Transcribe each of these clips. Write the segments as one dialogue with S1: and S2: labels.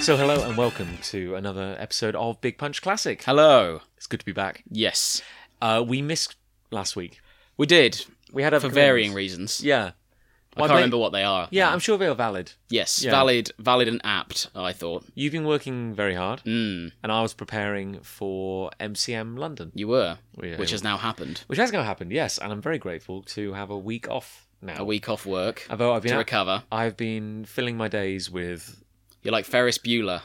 S1: So, hello and welcome to another episode of Big Punch Classic.
S2: Hello.
S1: It's good to be back.
S2: Yes.
S1: Uh, we missed last week.
S2: We did.
S1: We had other
S2: For
S1: commitments.
S2: varying reasons.
S1: Oh, Yeah.
S2: I can't remember what they are.
S1: Yeah, I'm sure they are valid.
S2: Yes.
S1: Yeah.
S2: Valid valid and apt, I thought.
S1: You've been working very hard,
S2: Mm,
S1: and I was preparing for MCM London,
S2: you were.
S1: Yeah.
S2: Which has now happened.
S1: which has now happened. Yes, and I'm very grateful to have a week off now.
S2: A week off work
S1: Although I've been,
S2: to recover.
S1: I've been filling my days with
S2: You're like Ferris Bueller,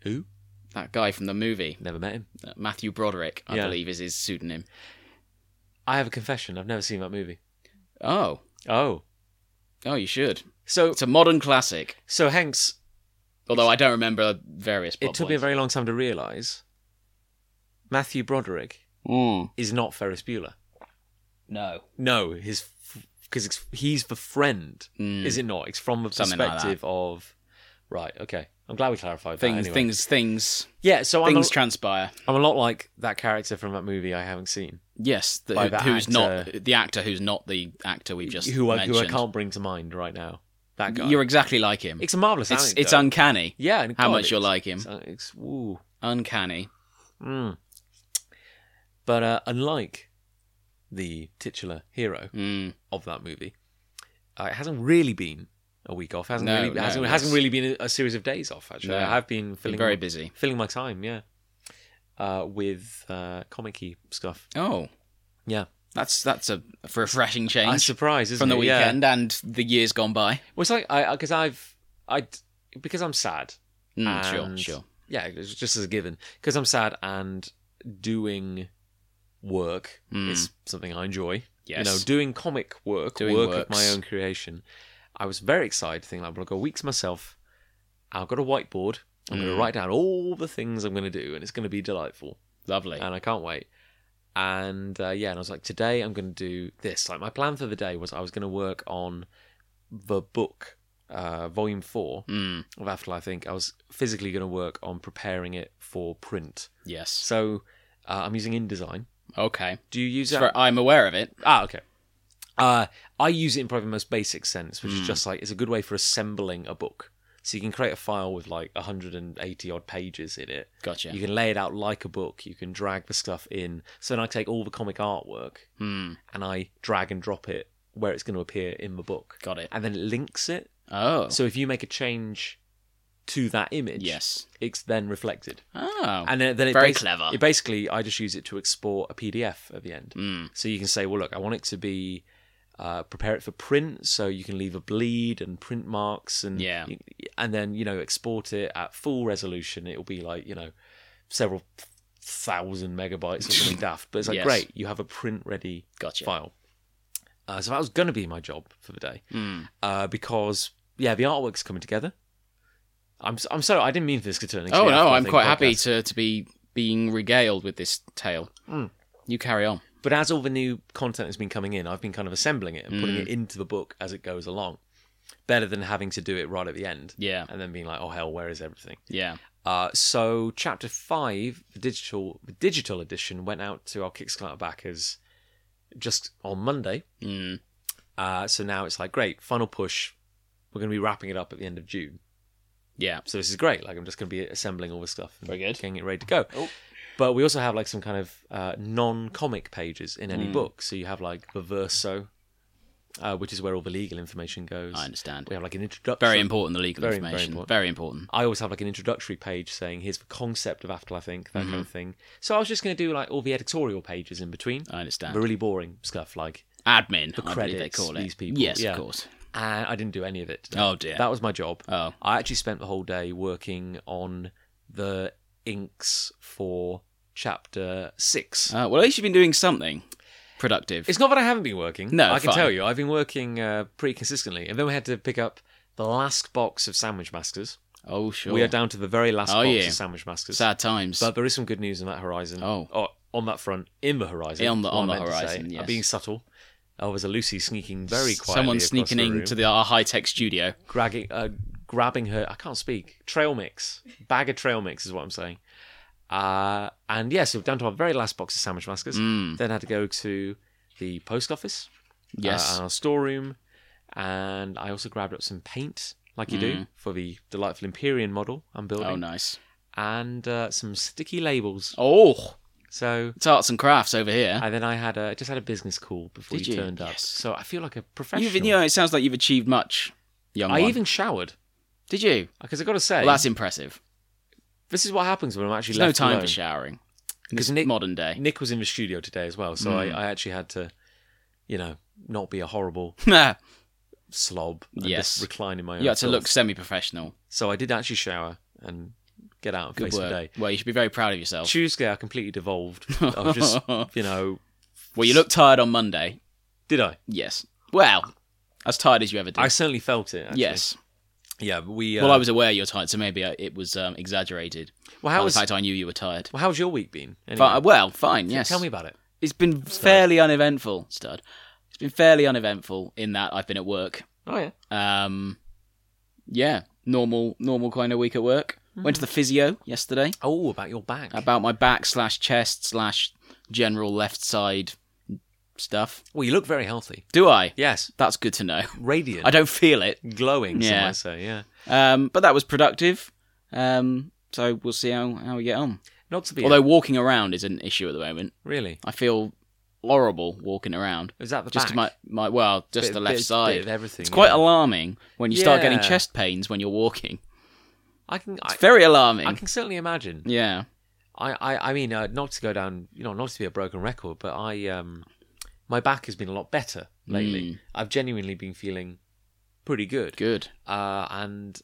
S1: who?
S2: that guy from the movie.
S1: Never met him.
S2: Uh, Matthew Broderick, I
S1: Yeah.
S2: believe, is his pseudonym.
S1: I have a confession. I've never seen that movie.
S2: Oh.
S1: Oh,
S2: Oh, you should.
S1: so
S2: It's a modern classic.
S1: so Hanks.
S2: Although I don't remember various
S1: It
S2: plot
S1: took me a
S2: points.
S1: very long time to realise Matthew Broderick
S2: Mm,
S1: is not Ferris Bueller.
S2: no.
S1: No, his because he's the friend,
S2: Mm.
S1: is it not? It's from the
S2: Something like that.
S1: perspective of right. Okay, I'm glad we clarified that.
S2: Things
S1: anyway.
S2: things things
S1: yeah. So I'm a,
S2: things transpire.
S1: I'm a lot like that character from that movie I haven't seen,
S2: Yes, the,
S1: By that
S2: who's
S1: actor.
S2: not the actor who's not the actor we've just
S1: who I, who I
S2: mentioned.
S1: can't bring to mind right now. That guy.
S2: You're exactly like him.
S1: it's a marvelous.
S2: It's it's
S1: anecdote.
S2: uncanny
S1: yeah. and
S2: how
S1: God,
S2: much you're
S1: it's-
S2: like him.
S1: It's, uh, it's woo.
S2: Uncanny.
S1: Mm. But uh, unlike the titular hero
S2: Mm.
S1: of that movie, uh, it hasn't really been a week off. hasn't
S2: No,
S1: really
S2: no,
S1: hasn't,
S2: it's-
S1: hasn't really been a, a series of days off. Actually,
S2: No.
S1: I have been
S2: Been
S1: filling
S2: very
S1: my,
S2: busy.
S1: filling my time. Yeah, uh, with uh, comic-y stuff.
S2: Oh,
S1: Yeah,
S2: that's that's a refreshing
S1: I'm
S2: change
S1: surprised isn't
S2: from the
S1: it? Yeah.
S2: weekend and the years gone by.
S1: Well, it's like I because I've I because I'm sad.
S2: Mm,
S1: And-
S2: sure, sure.
S1: Yeah, it's just as a given because I'm sad and doing work
S2: Mm.
S1: is something I enjoy.
S2: Yes.
S1: You know, doing comic work,
S2: Doing
S1: work of my
S2: works.
S1: own creation. I was very excited, thinking like, well, I've got a week to myself. I've got a whiteboard. I'm going
S2: Mm.
S1: to write down all the things I'm going to do, and it's going to be delightful.
S2: Lovely.
S1: And I can't wait. And uh, yeah, and I was like, today I'm going to do this. Like, my plan for the day was I was going to work on the book, uh, volume four
S2: Mm,
S1: of Afterlife. I think I was physically going to work on preparing it for print.
S2: yes.
S1: So uh, I'm using InDesign.
S2: Okay.
S1: Do you use that?
S2: So I'm aware of it.
S1: Ah, okay. Uh, I use it in probably the most basic sense, which
S2: Mm.
S1: is just like it's a good way for assembling a book. So you can create a file with like 180 odd pages in it.
S2: Gotcha.
S1: You can lay it out like a book. You can drag the stuff in. So then I take all the comic artwork
S2: Mm,
S1: and I drag and drop it where it's going to appear in the book.
S2: got it.
S1: And then it links it.
S2: Oh.
S1: So if you make a change to that image,
S2: yes.
S1: it's then reflected.
S2: Oh.
S1: And then, then it,
S2: Very
S1: basi-
S2: clever.
S1: it basically, I just use it to export a PDF at the end.
S2: Mm,
S1: So you can say, well, look, I want it to be uh, prepare it for print, so you can leave a bleed and print marks, and
S2: Yeah.
S1: and then you know export it at full resolution. It will be like you know several thousand megabytes or something daft. But it's like
S2: Yes.
S1: great, you have a print ready
S2: gotcha.
S1: file. Uh, so that was going to be my job for the day
S2: Mm,
S1: uh, because yeah, the artwork's coming together. I'm s- I'm sorry, I didn't mean for this to turn. into
S2: Oh
S1: the
S2: no,
S1: Afterlife
S2: I'm
S1: Thing
S2: quite happy
S1: podcast.
S2: to, to be being regaled with this tale.
S1: Mm.
S2: You carry on.
S1: But as all the new content has been coming in, I've been kind of assembling it and putting
S2: Mm.
S1: it into the book as it goes along. Better than having to do it right at the end
S2: Yeah,
S1: and then being like, oh hell, where is everything?
S2: yeah.
S1: Uh, so chapter five, the digital the digital edition went out to our Kickstarter backers just on Monday.
S2: Mm.
S1: Uh, so now it's like great, final push. We're going to be wrapping it up at the end of June.
S2: Yeah.
S1: So this is great. Like I'm just going to be assembling all this stuff and
S2: Very good.
S1: getting it ready to go.
S2: Oh.
S1: But we also have like some kind of uh, non-comic pages in any
S2: Mm.
S1: book. So you have like the verso, uh, which is where all the legal information goes.
S2: I understand.
S1: We have like an introduction.
S2: Very important, the legal
S1: Very, very
S2: information.
S1: important.
S2: Very important.
S1: I always have like an introductory page saying here's the concept of Afterlife Inc. That
S2: Mm-hmm.
S1: kind of thing. So I was just going to do like all the editorial pages in between,
S2: I understand.
S1: the really boring stuff. Like,
S2: Admin, I believe they
S1: credits,
S2: call it.
S1: these people,
S2: Yes,
S1: yeah.
S2: of course.
S1: and I didn't do any of it. today.
S2: Oh dear.
S1: That was my job.
S2: oh,
S1: I actually spent the whole day working on the inks for chapter six.
S2: uh, well, at least you've been doing something productive.
S1: It's not that I haven't been working.
S2: No,
S1: I can
S2: fine.
S1: tell you, I've been working uh, pretty consistently. And then we had to pick up the last box of sandwich masters.
S2: oh sure.
S1: We are down to the very last
S2: Oh,
S1: box
S2: yeah.
S1: of sandwich masters.
S2: Sad times.
S1: But there is some good news on that horizon.
S2: Oh.
S1: Or on that front, in the horizon.
S2: On the-
S1: is what
S2: on
S1: I
S2: the
S1: meant to say.
S2: horizon, yes.
S1: I'm being subtle. Oh, there's a Lucy sneaking very quietly.
S2: Someone
S1: across
S2: sneaking
S1: the room,
S2: into the, our high tech studio.
S1: grabbing, uh, grabbing her. I can't speak. Trail mix, bag of trail mix is what I'm saying. Uh, and yes, yeah, so down to our very last box of sandwich masters.
S2: Mm.
S1: Then had to go to the post office
S2: Yes.
S1: uh, and our storeroom. And I also grabbed up some paint like you do for the delightful Empyrean model I'm building,
S2: Mm. Oh, nice.
S1: and uh, some sticky labels.
S2: Oh,
S1: So
S2: it's arts and crafts over here.
S1: and then I had a just had a business call before
S2: Did
S1: you,
S2: you?
S1: turned up.
S2: Yes.
S1: So I feel like a professional.
S2: You've, you know, it sounds like you've achieved much, young
S1: I
S2: one.
S1: even showered
S2: Did you?
S1: because I got to say
S2: Well, that's impressive.
S1: this is what happens when I'm actually
S2: There's no
S1: left
S2: time
S1: alone.
S2: for showering. in
S1: 'Cause
S2: this
S1: Nick-
S2: modern day.
S1: Nick was in the studio today as well, so
S2: Mm.
S1: I, I actually had to, you know, not be a horrible
S2: you
S1: slob. And
S2: Yes.
S1: just recline in my own.
S2: had to
S1: filth.
S2: look semi-professional.
S1: So I did actually shower and get out and
S2: Good
S1: face the day.
S2: work. Well, you should be very proud of yourself.
S1: Tuesday, I completely devolved. I was just, you know,
S2: Well, you look tired on Monday.
S1: did I?
S2: Yes. Well, as tired as you ever did.
S1: I certainly felt it. Actually.
S2: yes.
S1: Yeah. But we. Uh,
S2: Well, I was aware you're tired, so maybe I, it was um, exaggerated.
S1: Well,
S2: By
S1: how was?
S2: the fact I knew you were tired.
S1: well, how's your week been? Anyway,
S2: Fi- uh, well, fine. Yes.
S1: Tell me about it.
S2: It's been fairly uneventful, stud. It's been fairly uneventful in that I've been at work.
S1: Oh yeah.
S2: Um, yeah, normal, normal kind of week at work. Went to the physio yesterday
S1: Oh, about your back.
S2: about my back slash chest slash general left side stuff.
S1: well, you look very healthy.
S2: Do I?
S1: Yes,
S2: That's good to know.
S1: radiant,
S2: I don't feel it.
S1: glowing.
S2: Yeah.
S1: Some might say. Yeah.
S2: Um, but that was productive. Um, so we'll see how, how we get on.
S1: Not to be.
S2: Although walking around is an issue at the moment.
S1: really,
S2: I feel horrible walking around.
S1: is that the
S2: Just
S1: back?
S2: my, my well, just
S1: Bit-
S2: the left
S1: bit-
S2: side.
S1: bit of everything.
S2: It's quite
S1: yeah.
S2: alarming when you start getting
S1: Yeah.
S2: chest pains when you're walking.
S1: I can. I,
S2: It's very
S1: I
S2: alarming.
S1: can certainly imagine.
S2: Yeah.
S1: I, I, I mean, uh, not to go down, you know, not to be a broken record, but I, um, my back has been a lot better
S2: Hmm.
S1: lately. I've genuinely been feeling pretty good.
S2: Good.
S1: Uh, and,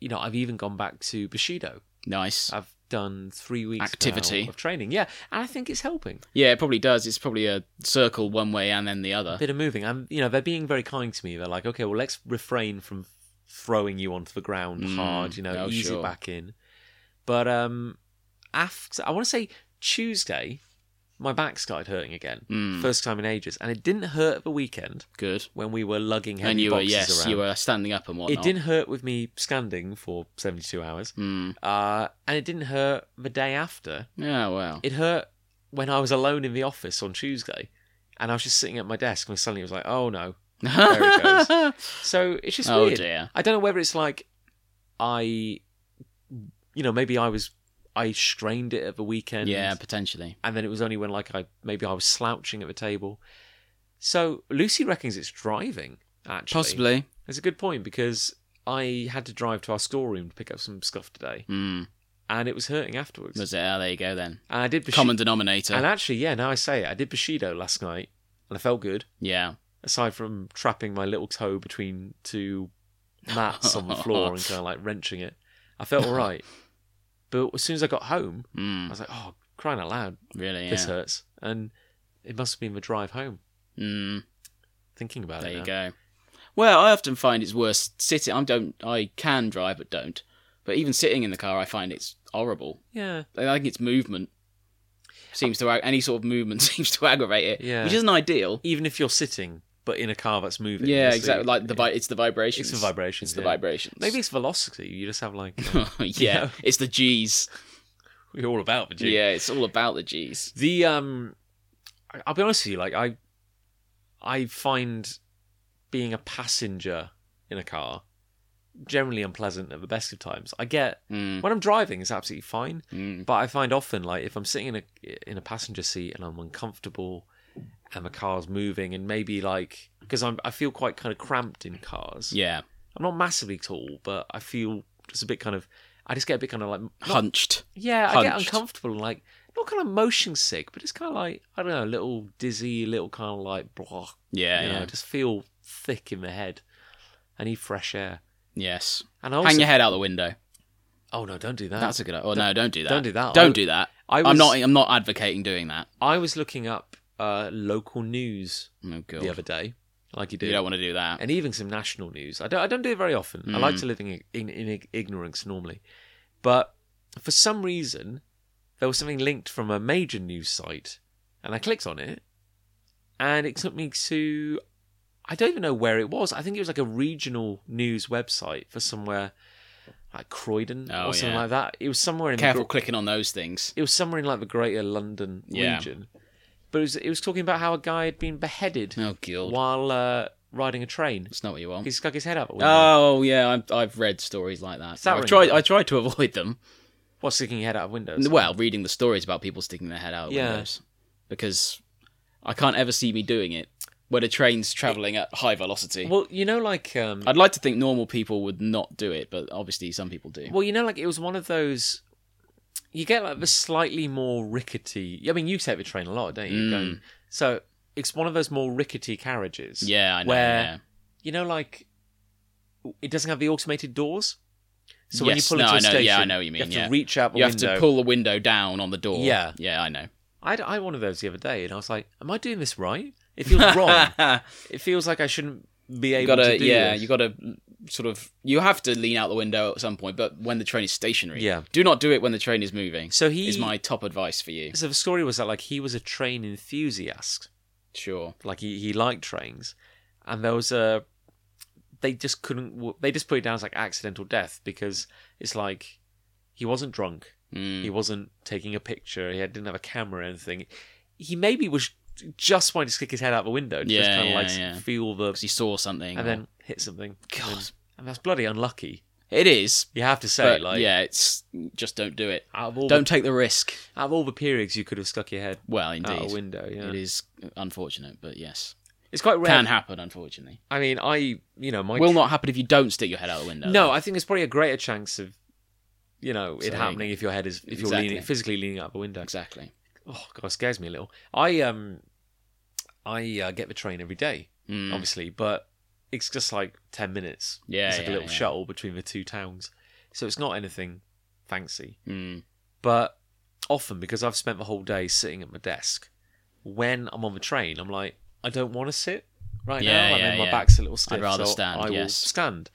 S1: you know, I've even gone back to Bushido.
S2: Nice.
S1: I've done three weeks now
S2: Activity.
S1: of training. Yeah. And I think it's helping.
S2: Yeah, it probably does. It's probably a circle one way and then the
S1: A
S2: other.
S1: bit of moving. I'm, you know, they're being very kind to me. They're like, okay, well, let's refrain from throwing you onto the ground
S2: Mm,
S1: hard, you know,
S2: oh,
S1: ease
S2: sure.
S1: it back in. But, um, after, I want to say Tuesday, my back started hurting again.
S2: Mm,
S1: first time in ages, and it didn't hurt at the weekend
S2: good.
S1: when we were lugging heavy
S2: And you were
S1: boxes
S2: yes,
S1: around.
S2: you were standing up and whatnot.
S1: It didn't hurt with me standing for seventy-two hours,
S2: Mm.
S1: uh, and it didn't hurt the day after.
S2: Yeah. Well.
S1: It hurt when I was alone in the office on Tuesday, and I was just sitting at my desk, and suddenly it was like, "Oh no!" it So it's just
S2: oh
S1: weird.
S2: dear.
S1: I don't know whether it's like I, you know, maybe I was I strained it at the weekend,
S2: yeah, potentially.
S1: and then it was only when like I maybe I was slouching at the table. So Lucy reckons it's driving. Actually,
S2: Possibly.
S1: It's a good point because I had to drive to our storeroom to pick up some stuff today,
S2: Mm.
S1: and it was hurting afterwards.
S2: Was it? Oh, there you go then.
S1: and I did Bushido.
S2: Common denominator.
S1: And actually, yeah, now I say it, I did Bushido last night, and I felt good.
S2: yeah.
S1: Aside from trapping my little toe between two mats on the floor and kind of like wrenching it, I felt all right. But as soon as I got home, I
S2: Mm.
S1: was like, "Oh, crying out loud,
S2: Really.
S1: this uh,
S2: Yeah.
S1: hurts," and it must have been the drive home.
S2: Mm.
S1: thinking about
S2: There
S1: it.
S2: you
S1: now.
S2: go. Well, I often find it's worse sitting. I don't. I can drive, but don't. But even sitting in the car, I find it's horrible.
S1: Yeah,
S2: I think it's movement seems to ag- any sort of movement seems to aggravate it,
S1: Yeah.
S2: which isn't ideal.
S1: even if you're sitting, but in a car that's moving.
S2: Yeah,
S1: it's
S2: exactly. Like the vi- it's the vibrations.
S1: it's the vibrations.
S2: It's the
S1: yeah.
S2: vibrations.
S1: Maybe it's velocity. You just have like
S2: yeah,
S1: Yeah.
S2: it's the G's.
S1: we're all about the G.
S2: Yeah, it's all about the G's.
S1: The um, I- I'll be honest with you. Like I, I find being a passenger in a car generally unpleasant at the best of times. I get
S2: Mm,
S1: when I'm driving, it's absolutely fine.
S2: mm,
S1: But I find often, like if I'm sitting in a in a passenger seat and I'm uncomfortable, and the car's moving, and maybe like because I'm I feel quite kind of cramped in cars.
S2: yeah,
S1: I'm not massively tall, but I feel just a bit kind of. I just get a bit kind of like not-
S2: hunched.
S1: yeah, I get
S2: hunched.
S1: uncomfortable, and like not kind of motion sick, but it's kind of like I don't know, a little dizzy, a little kind of like blah.
S2: Yeah,
S1: you know,
S2: yeah.
S1: I just feel thick in the head. I need fresh air,
S2: yes.
S1: and I also
S2: Hang your head out the window.
S1: oh no, don't do that.
S2: That's a good. Oh no, don't do that.
S1: don't do that.
S2: Don't
S1: I-
S2: do that.
S1: I was,
S2: I'm not. I'm not advocating doing that.
S1: I was looking up uh, local news
S2: Oh god.
S1: the other day, like you do,
S2: You don't want to do that.
S1: and even some national news. I don't, I don't do it very often. I like
S2: Mm.
S1: to live in, in, in ig- ignorance normally. But for some reason, there was something linked from a major news site, and I clicked on it, and it took me to. I don't even know where it was. I think it was like a regional news website for somewhere like Croydon
S2: Oh,
S1: or something
S2: yeah.
S1: like that. It was somewhere in the
S2: Careful
S1: gr-
S2: clicking on those things.
S1: it was somewhere in like the greater London
S2: Yeah.
S1: region. But it was, it was talking about how a guy had been beheaded
S2: Oh god.
S1: while uh, riding a train.
S2: It's not what you want.
S1: He stuck his head out. the window.
S2: Oh yeah, I'm, I've read stories like that.
S1: that
S2: I've
S1: ring
S2: tried.
S1: a bell?
S2: I tried to avoid them.
S1: What's sticking your head out of windows?
S2: Well, reading the stories about people sticking their head out of
S1: Yeah.
S2: windows because I can't ever see me doing it when a train's traveling at high velocity.
S1: Well, you know, like um,
S2: I'd like to think normal people would not do it, but obviously some people do.
S1: well, you know, like it was one of those. You get like the slightly more rickety. I mean, you take the train a lot, don't you?
S2: Mm.
S1: Going- so it's one of those more rickety carriages.
S2: Yeah, I know.
S1: Where-
S2: yeah.
S1: You know, like it doesn't have the automated doors. So
S2: Yes,
S1: when you
S2: no,
S1: pull
S2: I
S1: into a
S2: know-
S1: station,
S2: yeah, I know what you mean,
S1: have
S2: yeah.
S1: to reach out the
S2: You have
S1: window.
S2: to pull the window down on the door.
S1: Yeah.
S2: yeah, I know.
S1: I had, I had one of those the other day, and I was like, "Am I doing this right? It feels wrong. It feels like I shouldn't be
S2: you
S1: able
S2: gotta,
S1: to do
S2: yeah,
S1: this."
S2: you gotta sort of. You have to lean out the window at some point, but when the train is stationary,
S1: Yeah.
S2: do not do it when the train is moving.
S1: so he
S2: is my top advice for you.
S1: so the story was that like he was a train enthusiast,
S2: Sure.
S1: like he he liked trains, and there was a they just couldn't w- they just put it down as like accidental death because it's like he wasn't drunk,
S2: Mm.
S1: he wasn't taking a picture, he had, didn't have a camera or anything. He maybe was just wanting to stick his head out the window, to just
S2: Yeah,
S1: kind of
S2: yeah,
S1: like
S2: yeah.
S1: feel
S2: because
S1: the
S2: he saw something.
S1: and
S2: or-
S1: then hit something.
S2: God.
S1: And, and that's bloody unlucky.
S2: it is.
S1: You have to say,
S2: But
S1: like,
S2: yeah, it's just don't do it.
S1: out of all
S2: Don't take the risk.
S1: the, out of all the periods you could have stuck your head
S2: Well,
S1: out a
S2: indeed,
S1: window. Oh, Yeah,
S2: it is unfortunate, but yes,
S1: It's quite rare.
S2: can happen. Unfortunately,
S1: I mean, I you know my
S2: will not happen if you don't stick your head out the window.
S1: No, I think there's probably a greater chance of you know it
S2: Something.
S1: happening if your head is if you're
S2: Exactly.
S1: leaning physically leaning out the window.
S2: exactly.
S1: Oh god, it scares me a little. I um I uh, get the train every day,
S2: Mm.
S1: obviously, but it's just like ten minutes.
S2: Yeah,
S1: it's like
S2: yeah,
S1: a little
S2: yeah.
S1: shuttle between the two towns, so it's not anything fancy.
S2: Mm.
S1: but often because I've spent the whole day sitting at my desk, when I'm on the train, I'm like, I don't want to sit right
S2: Yeah,
S1: now. I
S2: yeah,
S1: mean, my
S2: yeah.
S1: back's a little stiff.
S2: I'd rather
S1: so
S2: stand,
S1: I will
S2: yes.
S1: stand,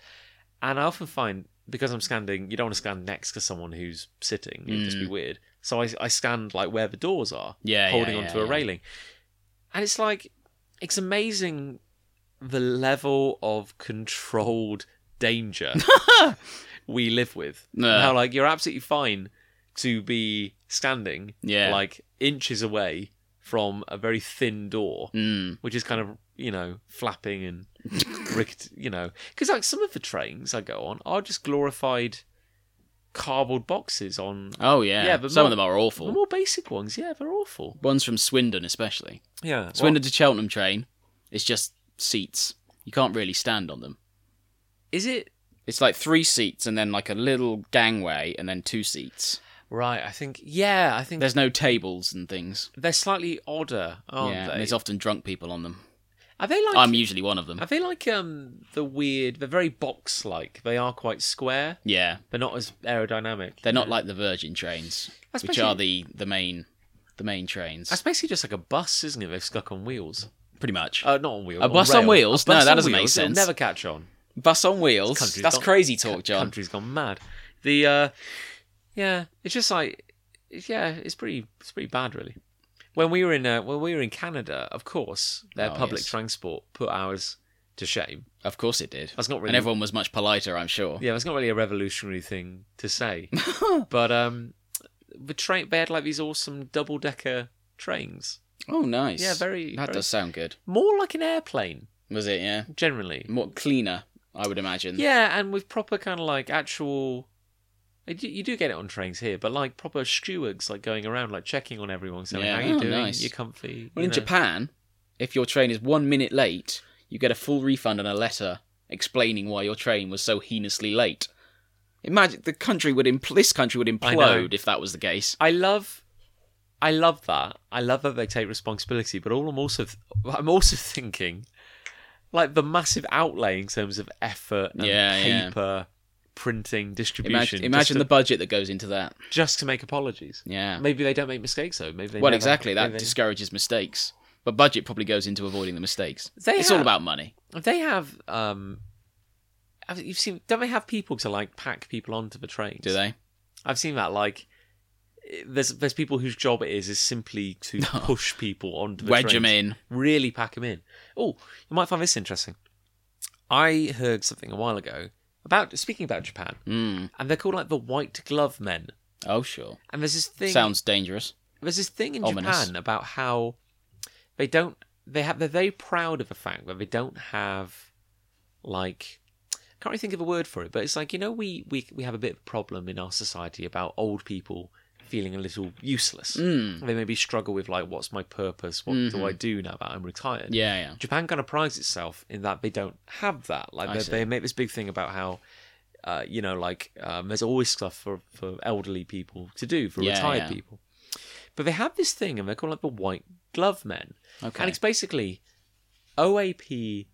S1: and I often find because I'm standing, you don't want to stand next to someone who's sitting. It'd just be
S2: Mm.
S1: weird. So I, I stand like where the doors are,
S2: Yeah,
S1: holding
S2: yeah,
S1: onto
S2: yeah,
S1: a
S2: yeah.
S1: railing, and it's like it's amazing the level of controlled danger we live with.
S2: Yeah.
S1: How like you're absolutely fine to be standing
S2: Yeah.
S1: like inches away from a very thin door,
S2: Mm.
S1: which is kind of you know flapping and rickety, you know, because like some of the trains I go on are just glorified cardboard boxes on
S2: Oh yeah,
S1: Yeah, but
S2: some
S1: more-
S2: of them are
S1: the
S2: awful.
S1: more basic ones. Yeah, they're awful.
S2: Ones from Swindon, especially
S1: Yeah,
S2: Swindon to Cheltenham train. It's just seats. You can't really stand on them.
S1: is it
S2: It's like three seats and then like a little gangway and then two seats.
S1: right? I think yeah, I think
S2: There's no tables and things.
S1: they're slightly odder, aren't
S2: yeah, and
S1: they?
S2: there's often drunk people on them.
S1: Are they like
S2: I'm usually one of them.
S1: Are they like um the weird? They're very box-like. They are quite square,
S2: Yeah,
S1: but not as aerodynamic.
S2: they're not like the Virgin trains,
S1: That's
S2: which are the the main the main trains.
S1: That's basically just like a bus, isn't it? They've stuck on wheels.
S2: pretty much.
S1: Uh, not on wheels.
S2: A bus on
S1: rail.
S2: wheels?
S1: A bus
S2: No, that
S1: on
S2: doesn't make
S1: wheels. It'll
S2: sense.
S1: Never catch on.
S2: Bus on wheels.
S1: Country's
S2: That's
S1: gone-
S2: crazy talk, John.
S1: Country's gone mad. The uh, yeah, it's just like yeah, it's pretty it's pretty bad really. When we were in uh, when we were in Canada, of course, their
S2: Oh,
S1: public
S2: yes.
S1: transport put ours to shame.
S2: Of course it did.
S1: That's not really
S2: And everyone was much politer, I'm sure.
S1: Yeah, it's not really a revolutionary thing to say, but um, the train they had like these awesome double decker trains,
S2: Oh, nice.
S1: Yeah, very-
S2: That
S1: very-
S2: does sound good.
S1: more like an airplane
S2: Was it? Yeah.
S1: generally.
S2: More cleaner, I would imagine.
S1: Yeah, and with proper kind of like actual, uh, you do- you do get it on trains here, but like proper stewards like going around like checking on everyone, saying
S2: Yeah.
S1: how you
S2: Oh,
S1: doing,
S2: nice.
S1: you're comfy.
S2: Well,
S1: you
S2: in
S1: know.
S2: Japan, if your train is one minute late, you get a full refund and a letter explaining why your train was so heinously late. Imagine the country would impl- this country would
S1: I know.
S2: implode if that was the case.
S1: I love, I love that. I love that they take responsibility, but all I'm also, I'm also thinking, like the massive outlay in terms of effort and
S2: Yeah, yeah.
S1: paper, printing, distribution.
S2: Imagine, imagine the
S1: just
S2: budget that goes into that.
S1: to, just to make apologies.
S2: Yeah.
S1: Maybe they don't make mistakes though. Maybe they
S2: well,
S1: never-
S2: exactly. That
S1: maybe they-
S2: discourages mistakes. But budget probably goes into avoiding the mistakes.
S1: They
S2: it's
S1: have-
S2: all about money.
S1: they have. Um, have- you've seen? Don't they have people to like pack people onto the trains?
S2: Do they?
S1: I've seen that. Like, there's there's people whose job it is is simply to push people onto the
S2: Wedge
S1: trains.
S2: them in.
S1: really pack them in. Oh, you might find this interesting. I heard something a while ago about speaking about Japan,
S2: Mm.
S1: and they're called like the white glove men.
S2: Oh, sure.
S1: And there's this thing,
S2: Sounds dangerous.
S1: there's this thing in
S2: ominous.
S1: Japan about how they don't they have they're very proud of the fact that they don't have like I can't really think of a word for it, but it's like you know we we we have a bit of a problem in our society about old people feeling a little useless.
S2: Mm.
S1: They maybe struggle with like what's my purpose? What do I do now that I'm retired?
S2: Yeah, yeah.
S1: Japan kind of prides itself in that they don't have that.
S2: I
S1: Like they,
S2: see.
S1: they make this big thing about how, uh, you know, like um, there's always stuff for, for elderly people to do for
S2: Yeah,
S1: retired
S2: yeah.
S1: people, but they have this thing and they're called like the white glove men,
S2: Okay.
S1: and it's basically OAP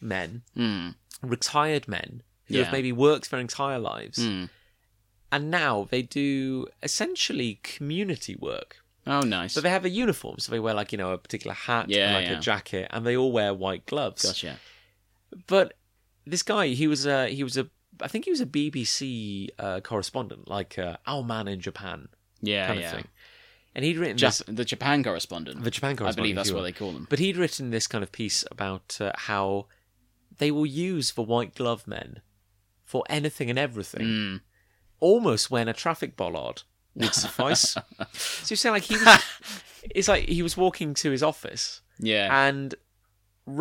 S1: men,
S2: Mm.
S1: retired men who
S2: Yeah.
S1: have maybe worked their entire lives,
S2: Mm.
S1: and now they do essentially community work.
S2: Oh, nice.
S1: So they have a uniform, so they wear like you know a particular hat
S2: Yeah,
S1: and like
S2: yeah.
S1: a jacket, and they all wear white gloves
S2: Gotcha.
S1: but this guy he was a he was a i think he was a bbc uh, correspondent like uh, our man in japan
S2: Yeah,
S1: kind
S2: yeah.
S1: of thing and he'd written
S2: Jap- the Japan correspondent.
S1: this the japan
S2: I
S1: correspondent
S2: believe
S1: if
S2: that's
S1: you
S2: what
S1: will.
S2: they call them.
S1: but he'd written this kind of piece about uh, how they will use the white glove men for anything and everything
S2: Mm.
S1: almost when a traffic bollard would suffice so you say like he was it's like he was walking to his office
S2: Hmm. Yeah.
S1: and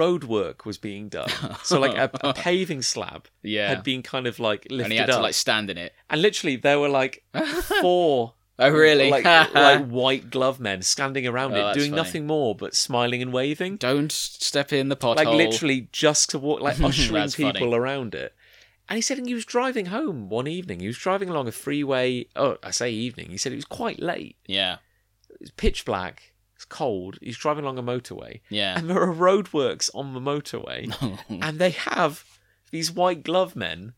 S1: road work was being done so like a, a paving slab
S2: yeah.
S1: had been kind of like lifted
S2: and he had
S1: up,
S2: to like stand in it.
S1: and literally there were like four
S2: Oh, really?
S1: like, like white glove men standing around
S2: Oh,
S1: it,
S2: that's
S1: doing
S2: funny.
S1: nothing more but smiling and waving,
S2: Don't step in the pothole.
S1: like literally just to walk, like ushering
S2: That's funny.
S1: people around it. And he said he was driving home one evening. He was driving along a freeway. Oh, I say evening. He said it was quite late.
S2: Yeah.
S1: It was pitch black. It's cold. He's driving along a motorway,
S2: Yeah.
S1: and there are roadworks on the motorway and they have these white glove men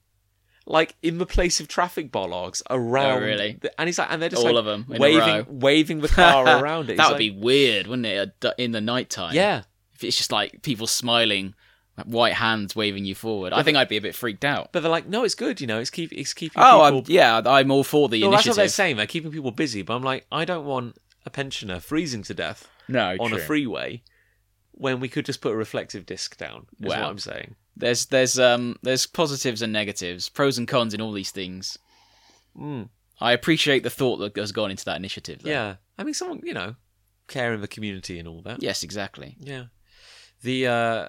S1: like in the place of traffic bollards around
S2: Oh, really?
S1: the- and he's like and they're just
S2: All
S1: like
S2: of 'em in a row.
S1: waving waving the car around it
S2: that would be weird, wouldn't it? A du- In the nighttime.
S1: yeah
S2: If it's just like people smiling, like, white hands waving you forward, I think I'd be a bit freaked out.
S1: but they're like no it's good you know it's keep it's keeping
S2: Oh, I'm,
S1: people
S2: yeah, I'm all for the
S1: well, that's what
S2: initiative.
S1: they're saying they're keeping people busy but i'm like i don't want a pensioner freezing to death
S2: no,
S1: on a
S2: true.
S1: freeway when we could just put a reflective disc down is
S2: Wow.
S1: what i'm saying
S2: There's there's um there's positives and negatives, pros and cons in all these things.
S1: Mm.
S2: I appreciate the thought that has gone into that initiative. Though.
S1: yeah i mean someone you know care in the community and all that
S2: Yes, exactly.
S1: Yeah. The uh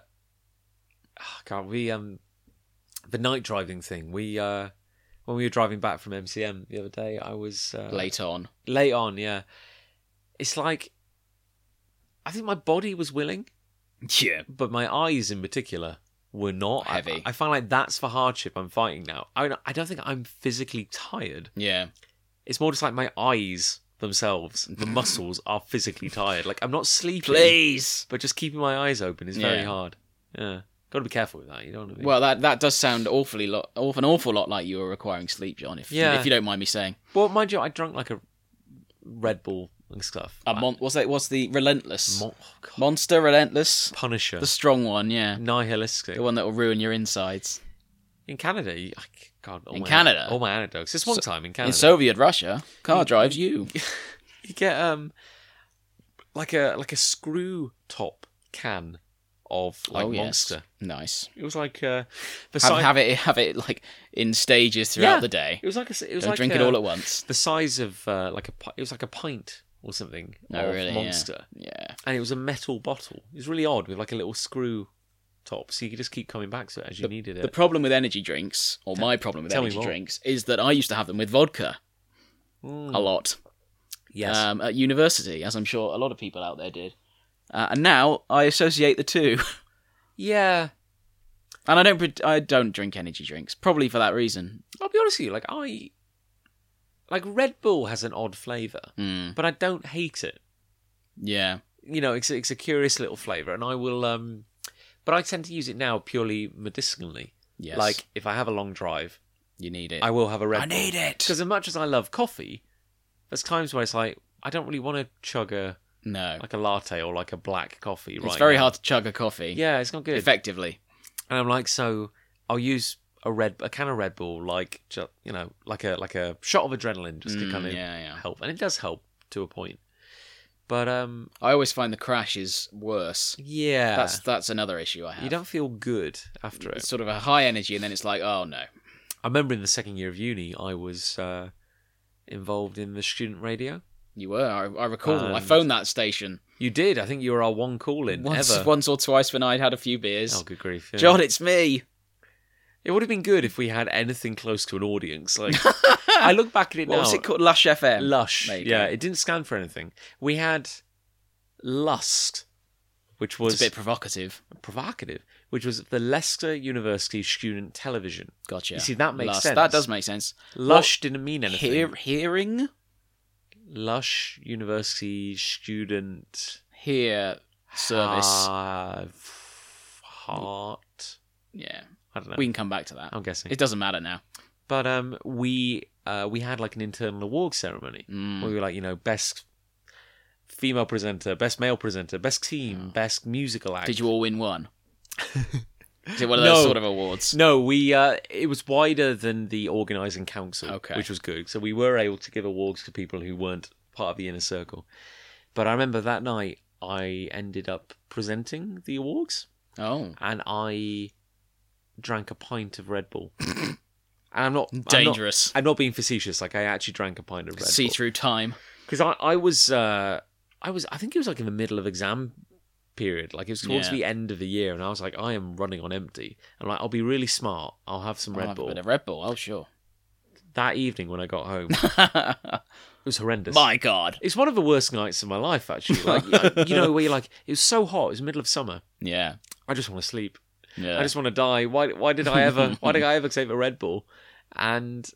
S1: oh, God, we um the night driving thing. We uh when we were driving back from MCM the other day, I was uh,
S2: Late on.
S1: late on, yeah. It's like I think my body was willing,
S2: Yeah.
S1: but my eyes in particular were not I-
S2: Heavy.
S1: I, find like that's the hardship I'm fighting now. I I don't think I'm physically tired.
S2: Yeah.
S1: It's more just like my eyes themselves, the muscles are physically tired. Like I'm not sleeping
S2: Please.
S1: but just keeping my eyes open is very
S2: Yeah.
S1: hard. Yeah, got to be careful with that. You don't want to be.
S2: Well, that that does sound awfully lot, an awful lot like you were requiring sleep, John. If
S1: Yeah.
S2: if you don't mind me saying,
S1: well, mind you, I drunk like a Red Bull and stuff.
S2: a
S1: Like,
S2: mon- what's that? What's the relentless
S1: Mon- oh, God.
S2: monster? Relentless,
S1: Punisher,
S2: the strong one, yeah,
S1: nihilistic.
S2: the one that will ruin your insides.
S1: In Canada, you, I God, all
S2: In
S1: my,
S2: Canada?
S1: all my anecdotes. This one time in Canada, Mm.
S2: In Soviet Russia, car drives you.
S1: you get um like a like a screw top can of like
S2: oh yes,
S1: Monster.
S2: nice.
S1: It was like uh, the
S2: Have,
S1: size.
S2: have it have it like in stages throughout
S1: Yeah.
S2: the day.
S1: it was like a, it was
S2: Don't
S1: like uh,
S2: drink
S1: a,
S2: it all at once.
S1: the size of uh, like a pi- it was like a pint or something
S2: Oh
S1: of
S2: really? yeah.
S1: Monster.
S2: Yeah.
S1: and it was a metal bottle. It was really odd with like a little screw top, so you could just keep coming back to it as you needed it.
S2: The problem with energy drinks, or my problem with
S1: tell me
S2: energy
S1: more.
S2: drinks, is that I used to have them with vodka
S1: Mm.
S2: a lot.
S1: yes,
S2: um, at university, as I'm sure a lot of people out there did. Uh, and now I associate the two,
S1: yeah.
S2: and I don't. pret- I don't drink energy drinks, probably for that reason.
S1: I'll be honest with you. Like I, like Red Bull has an odd flavour,
S2: Hmm.
S1: but I don't hate it.
S2: yeah,
S1: You know, it's it's a curious little flavour, and I will. um But I tend to use it now purely medicinally.
S2: yes.
S1: Like if I have a long drive,
S2: you need it.
S1: I will have a Red.
S2: I need it.
S1: because as much as I love coffee, there's times where it's like I don't really want to chug a
S2: No,
S1: like a latte or like a black coffee.
S2: it's
S1: right
S2: very
S1: now.
S2: hard to chug a coffee.
S1: Yeah, it's not good.
S2: effectively.
S1: And I'm like, so I'll use a red, a can of Red Bull, like ju- you know, like a like a shot of adrenaline, just to
S2: Mm,
S1: kind of
S2: yeah, yeah.
S1: help, and it does help to a point. But um,
S2: I always find the crash is worse.
S1: yeah,
S2: That's that's another issue I have.
S1: you don't feel good after it.
S2: It's sort of a high energy, and then it's like, oh no.
S1: I remember in the second year of uni, I was uh, involved in the student radio,
S2: You were. I, I recall. I
S1: And-
S2: phoned that station
S1: You did. I think you were our one call in
S2: once,
S1: ever.
S2: once or twice when I'd had a few beers.
S1: Oh, good grief. yeah.
S2: John, it's me.
S1: It would have been good if we had anything close to an audience. Like I look back at it
S2: What
S1: now.
S2: was it called? Lush FM.
S1: Lush.
S2: There you
S1: Yeah,
S2: go.
S1: it didn't scan for anything. We had Lust, which was
S2: It's a bit provocative.
S1: provocative, which was the Leicester University Student Television.
S2: Gotcha.
S1: You see, that makes
S2: Lust.
S1: sense.
S2: That does make sense.
S1: Lush didn't mean anything.
S2: Hear, hearing?
S1: Lush University Student
S2: Hear service.
S1: Ah. Ha- heart.
S2: yeah.
S1: I don't know.
S2: We can come back to that.
S1: I'm guessing.
S2: It doesn't matter now.
S1: But um, we uh, we had like an internal award ceremony.
S2: Mm.
S1: where we were like, you know, best female presenter, best male presenter, best team, best musical act.
S2: Mm. Did you all win one? Is it one of those
S1: No.
S2: sort of awards?
S1: No, we uh, it was wider than the organising council,
S2: Okay.
S1: which was good. So we were able to give awards to people who weren't part of the inner circle. But I remember that night I ended up presenting the awards,
S2: Oh.
S1: and I drank a pint of Red Bull. and I'm not I'm not-
S2: Dangerous.
S1: I'm not being facetious. Like I actually drank a pint of Red
S2: See
S1: Bull.
S2: through time.
S1: because I, I was uh, I was I think it was like in the middle of exam period like it was towards
S2: Yeah.
S1: the end of the year and I was like I am running on empty and like I'll be really smart I'll have some
S2: I'll
S1: Red
S2: have a
S1: Bull
S2: bit of Red Bull. Oh, sure.
S1: that evening when I got home it was horrendous
S2: My God.
S1: it's one of the worst nights of my life actually like you know where you're like it was so hot it was middle of summer
S2: Yeah.
S1: I just want to sleep
S2: Yeah.
S1: I just want to die why why did I ever why did I ever take a Red Bull and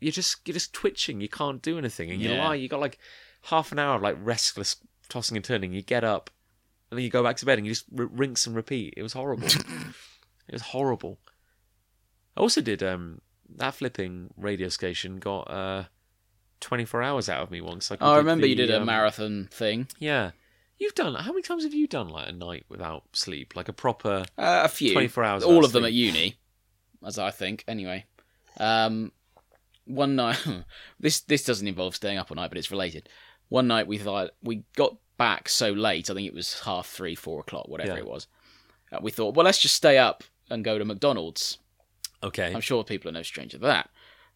S1: you're just you're just twitching you can't do anything and you
S2: Yeah.
S1: lie you got like half an hour of like restless tossing and turning you get up and then you go back to bed and you just r- rinse and repeat it was horrible it was horrible I also did um that flipping radio station got uh 24 hours out of me once like we
S2: Oh, I remember you
S1: the,
S2: did a
S1: um,
S2: marathon thing.
S1: yeah you've done how many times have you done like a night without sleep like a proper
S2: Uh, a few.
S1: 24 hours
S2: All
S1: without
S2: of them
S1: sleep?
S2: at uni, as I think. Anyway, um, one night. this this doesn't involve staying up all night, but it's related. One night we thought we got back so late. I think it was half three, four o'clock, whatever
S1: Yeah.
S2: it was. Uh, we thought, well, let's just stay up and go to McDonald's.
S1: okay
S2: I'm sure people are no stranger to that.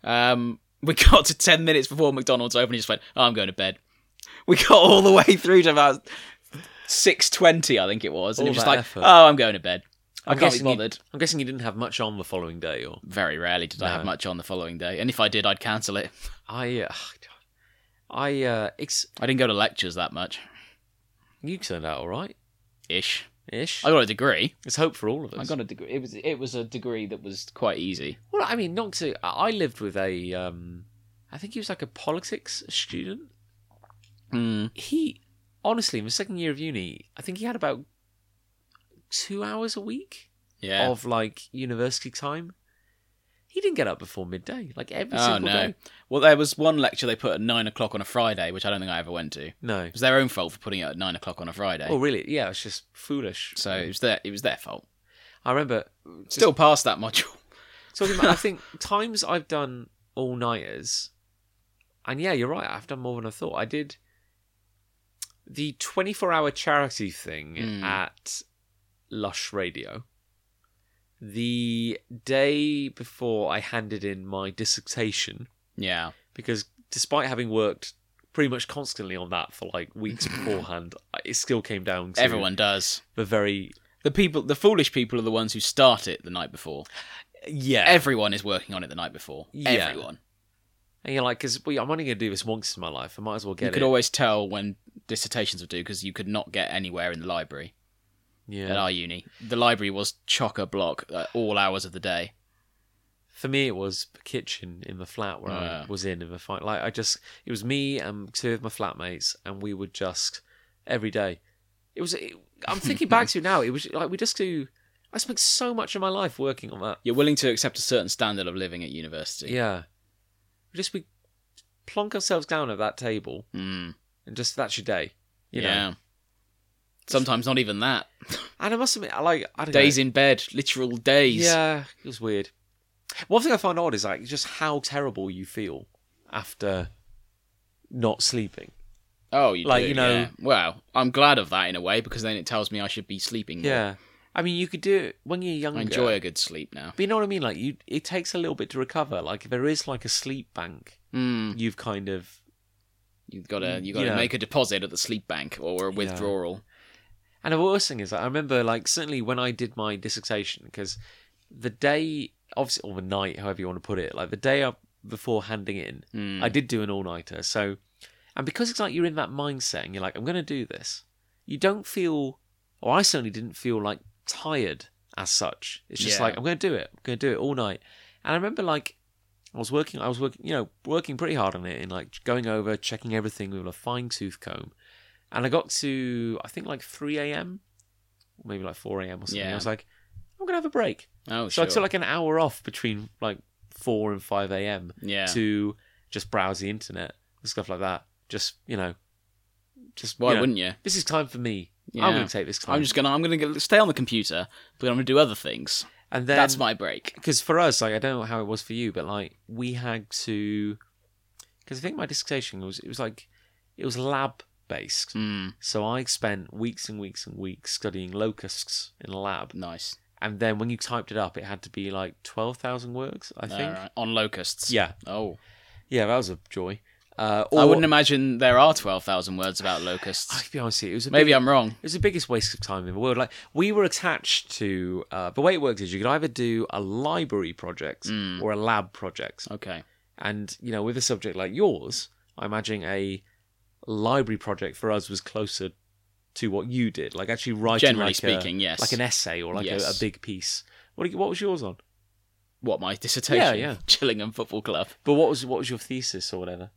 S2: Um, we got to ten minutes before McDonald's opened. and Just went, oh, I'm going to bed. We got all the way through to about six twenty, I think it was, and
S1: All
S2: it was just
S1: that
S2: like,
S1: effort.
S2: oh, I'm going to bed. I
S1: I'm
S2: can't be
S1: guessing you-
S2: bothered.
S1: I'm guessing you didn't have much on the following day, or
S2: Very rarely did I have
S1: No.
S2: much on the following day, and if I did, I'd cancel it.
S1: I, uh, I, uh, ex-
S2: I didn't go to lectures that much,
S1: you turned out all right,
S2: ish.
S1: ish.
S2: I got a degree.
S1: It's hope for all of us.
S2: I got a degree. It was it was a degree that was quite easy.
S1: well, I mean, not to. I I lived with a, um, I think he was like a politics student.
S2: Mm.
S1: He, honestly, in the second year of uni, I think he had about two hours a week
S2: Yeah.
S1: of like university time. He didn't get up before midday, like every
S2: oh
S1: single
S2: no.
S1: day.
S2: Well, there was one lecture they put at nine o'clock on a Friday, which I don't think I ever went to. It
S1: No.
S2: was their own fault for putting it at nine o'clock on a Friday.
S1: Oh, really? Yeah, it's just foolish.
S2: So it was their it was their fault.
S1: I remember
S2: Still passed that module.
S1: Talking about, I think times I've done all nighters, and yeah, you're right. I've done more than I thought. I did the 24 hour charity thing
S2: Mm.
S1: at Lush Radio. The day before I handed in my dissertation,
S2: Yeah.
S1: because despite having worked pretty much constantly on that for like weeks beforehand, I- it still came down to
S2: Everyone does.
S1: the very
S2: The people the foolish people are the ones who start it the night before.
S1: yeah
S2: Everyone is working on it the night before.
S1: Yeah.
S2: Everyone.
S1: And you're like, because well, I'm only going to do this once in my life. I might as well get
S2: you could
S1: it.
S2: always tell when dissertations were due because you could not get anywhere in the library
S1: yeah.
S2: at our uni. The library was chock a block at all hours of the day.
S1: For me, it was the kitchen in the flat where
S2: Oh, Yeah.
S1: I was in in the fight. Like I just, it was me and two of my flatmates, and we would just every day. It was. It, I'm thinking back to it now. It was like we just do. I spent so much of my life working on that.
S2: You're willing to accept a certain standard of living at university.
S1: Yeah, we just we plonk ourselves down at that table,
S2: Mm.
S1: and just that's your day. You know.
S2: yeah. Sometimes not even that.
S1: And I must admit, I like I don't know.
S2: Days in bed, literal days.
S1: Yeah, it was weird. One thing I find odd is like just how terrible you feel after not sleeping.
S2: Oh, you
S1: Like,
S2: do,
S1: you know-
S2: yeah. Well, I'm glad of that in a way because then it tells me I should be sleeping. more.
S1: Yeah, I mean, you could do it when you're younger.
S2: I enjoy a good sleep now.
S1: but you know what I mean. Like you, it takes a little bit to recover. Like there is like a sleep bank
S2: Mm,
S1: you've kind of
S2: You've got to you got
S1: Mm, Yeah.
S2: to make a deposit at the sleep bank or a withdrawal.
S1: And the worst thing is, I remember, like, certainly when I did my dissertation, because the day, obviously, or the night, however you want to put it, like the day up before handing in,
S2: Mm.
S1: I did do an all nighter. So, and because it's like you're in that mindset and you're like, I'm going to do this, you don't feel, or I certainly didn't feel like tired as such. It's just
S2: Yeah.
S1: like, I'm going to do it. I'm going to do it all night. And I remember, like, I was working, I was working, you know, working pretty hard on it and like going over, checking everything with a fine tooth comb. And I got to, I think like 3 a.m., or maybe like 4 a.m. or something.
S2: Yeah.
S1: I was like, I'm going to have a break.
S2: Oh,
S1: So
S2: sure.
S1: I took like an hour off between like 4 and 5 a.m
S2: yeah.
S1: to just browse the internet and stuff like that. Just you know, just
S2: Why
S1: you know,
S2: wouldn't you?
S1: this is time for me.
S2: Yeah.
S1: I'm going to take this time.
S2: I'm just gonna I'm gonna go- stay on the computer, but I'm gonna do other things.
S1: and then
S2: That's my break.
S1: because for us, like I don't know how it was for you, but like we had to because I think my dissertation was it was like it was lab based,
S2: Mm,
S1: so I spent weeks and weeks and weeks studying locusts in a lab,
S2: nice.
S1: and then when you typed it up, it had to be like twelve thousand words, I think.
S2: Alright, On locusts.
S1: Yeah,
S2: Oh.
S1: yeah, that was a joy. Uh,
S2: I
S1: or-
S2: wouldn't imagine there are twelve thousand words about locusts.
S1: I'll be honest, with you, it was a bit
S2: Maybe I'm wrong.
S1: It was the biggest waste of time in the world. Like we were attached to uh, the way it works is you could either do a library project
S2: Mm.
S1: or a lab project,
S2: Okay.
S1: and you know with a subject like yours, I imagine a library project for us was closer to what you did, like actually writing,
S2: Generally
S1: like
S2: speaking,
S1: a,
S2: yes.
S1: like an essay or like a,
S2: Yes.
S1: a big piece. What do you- what was yours on?
S2: what my dissertation?
S1: Yeah, yeah.
S2: Chillingham Football Club.
S1: But what was what was your thesis or whatever?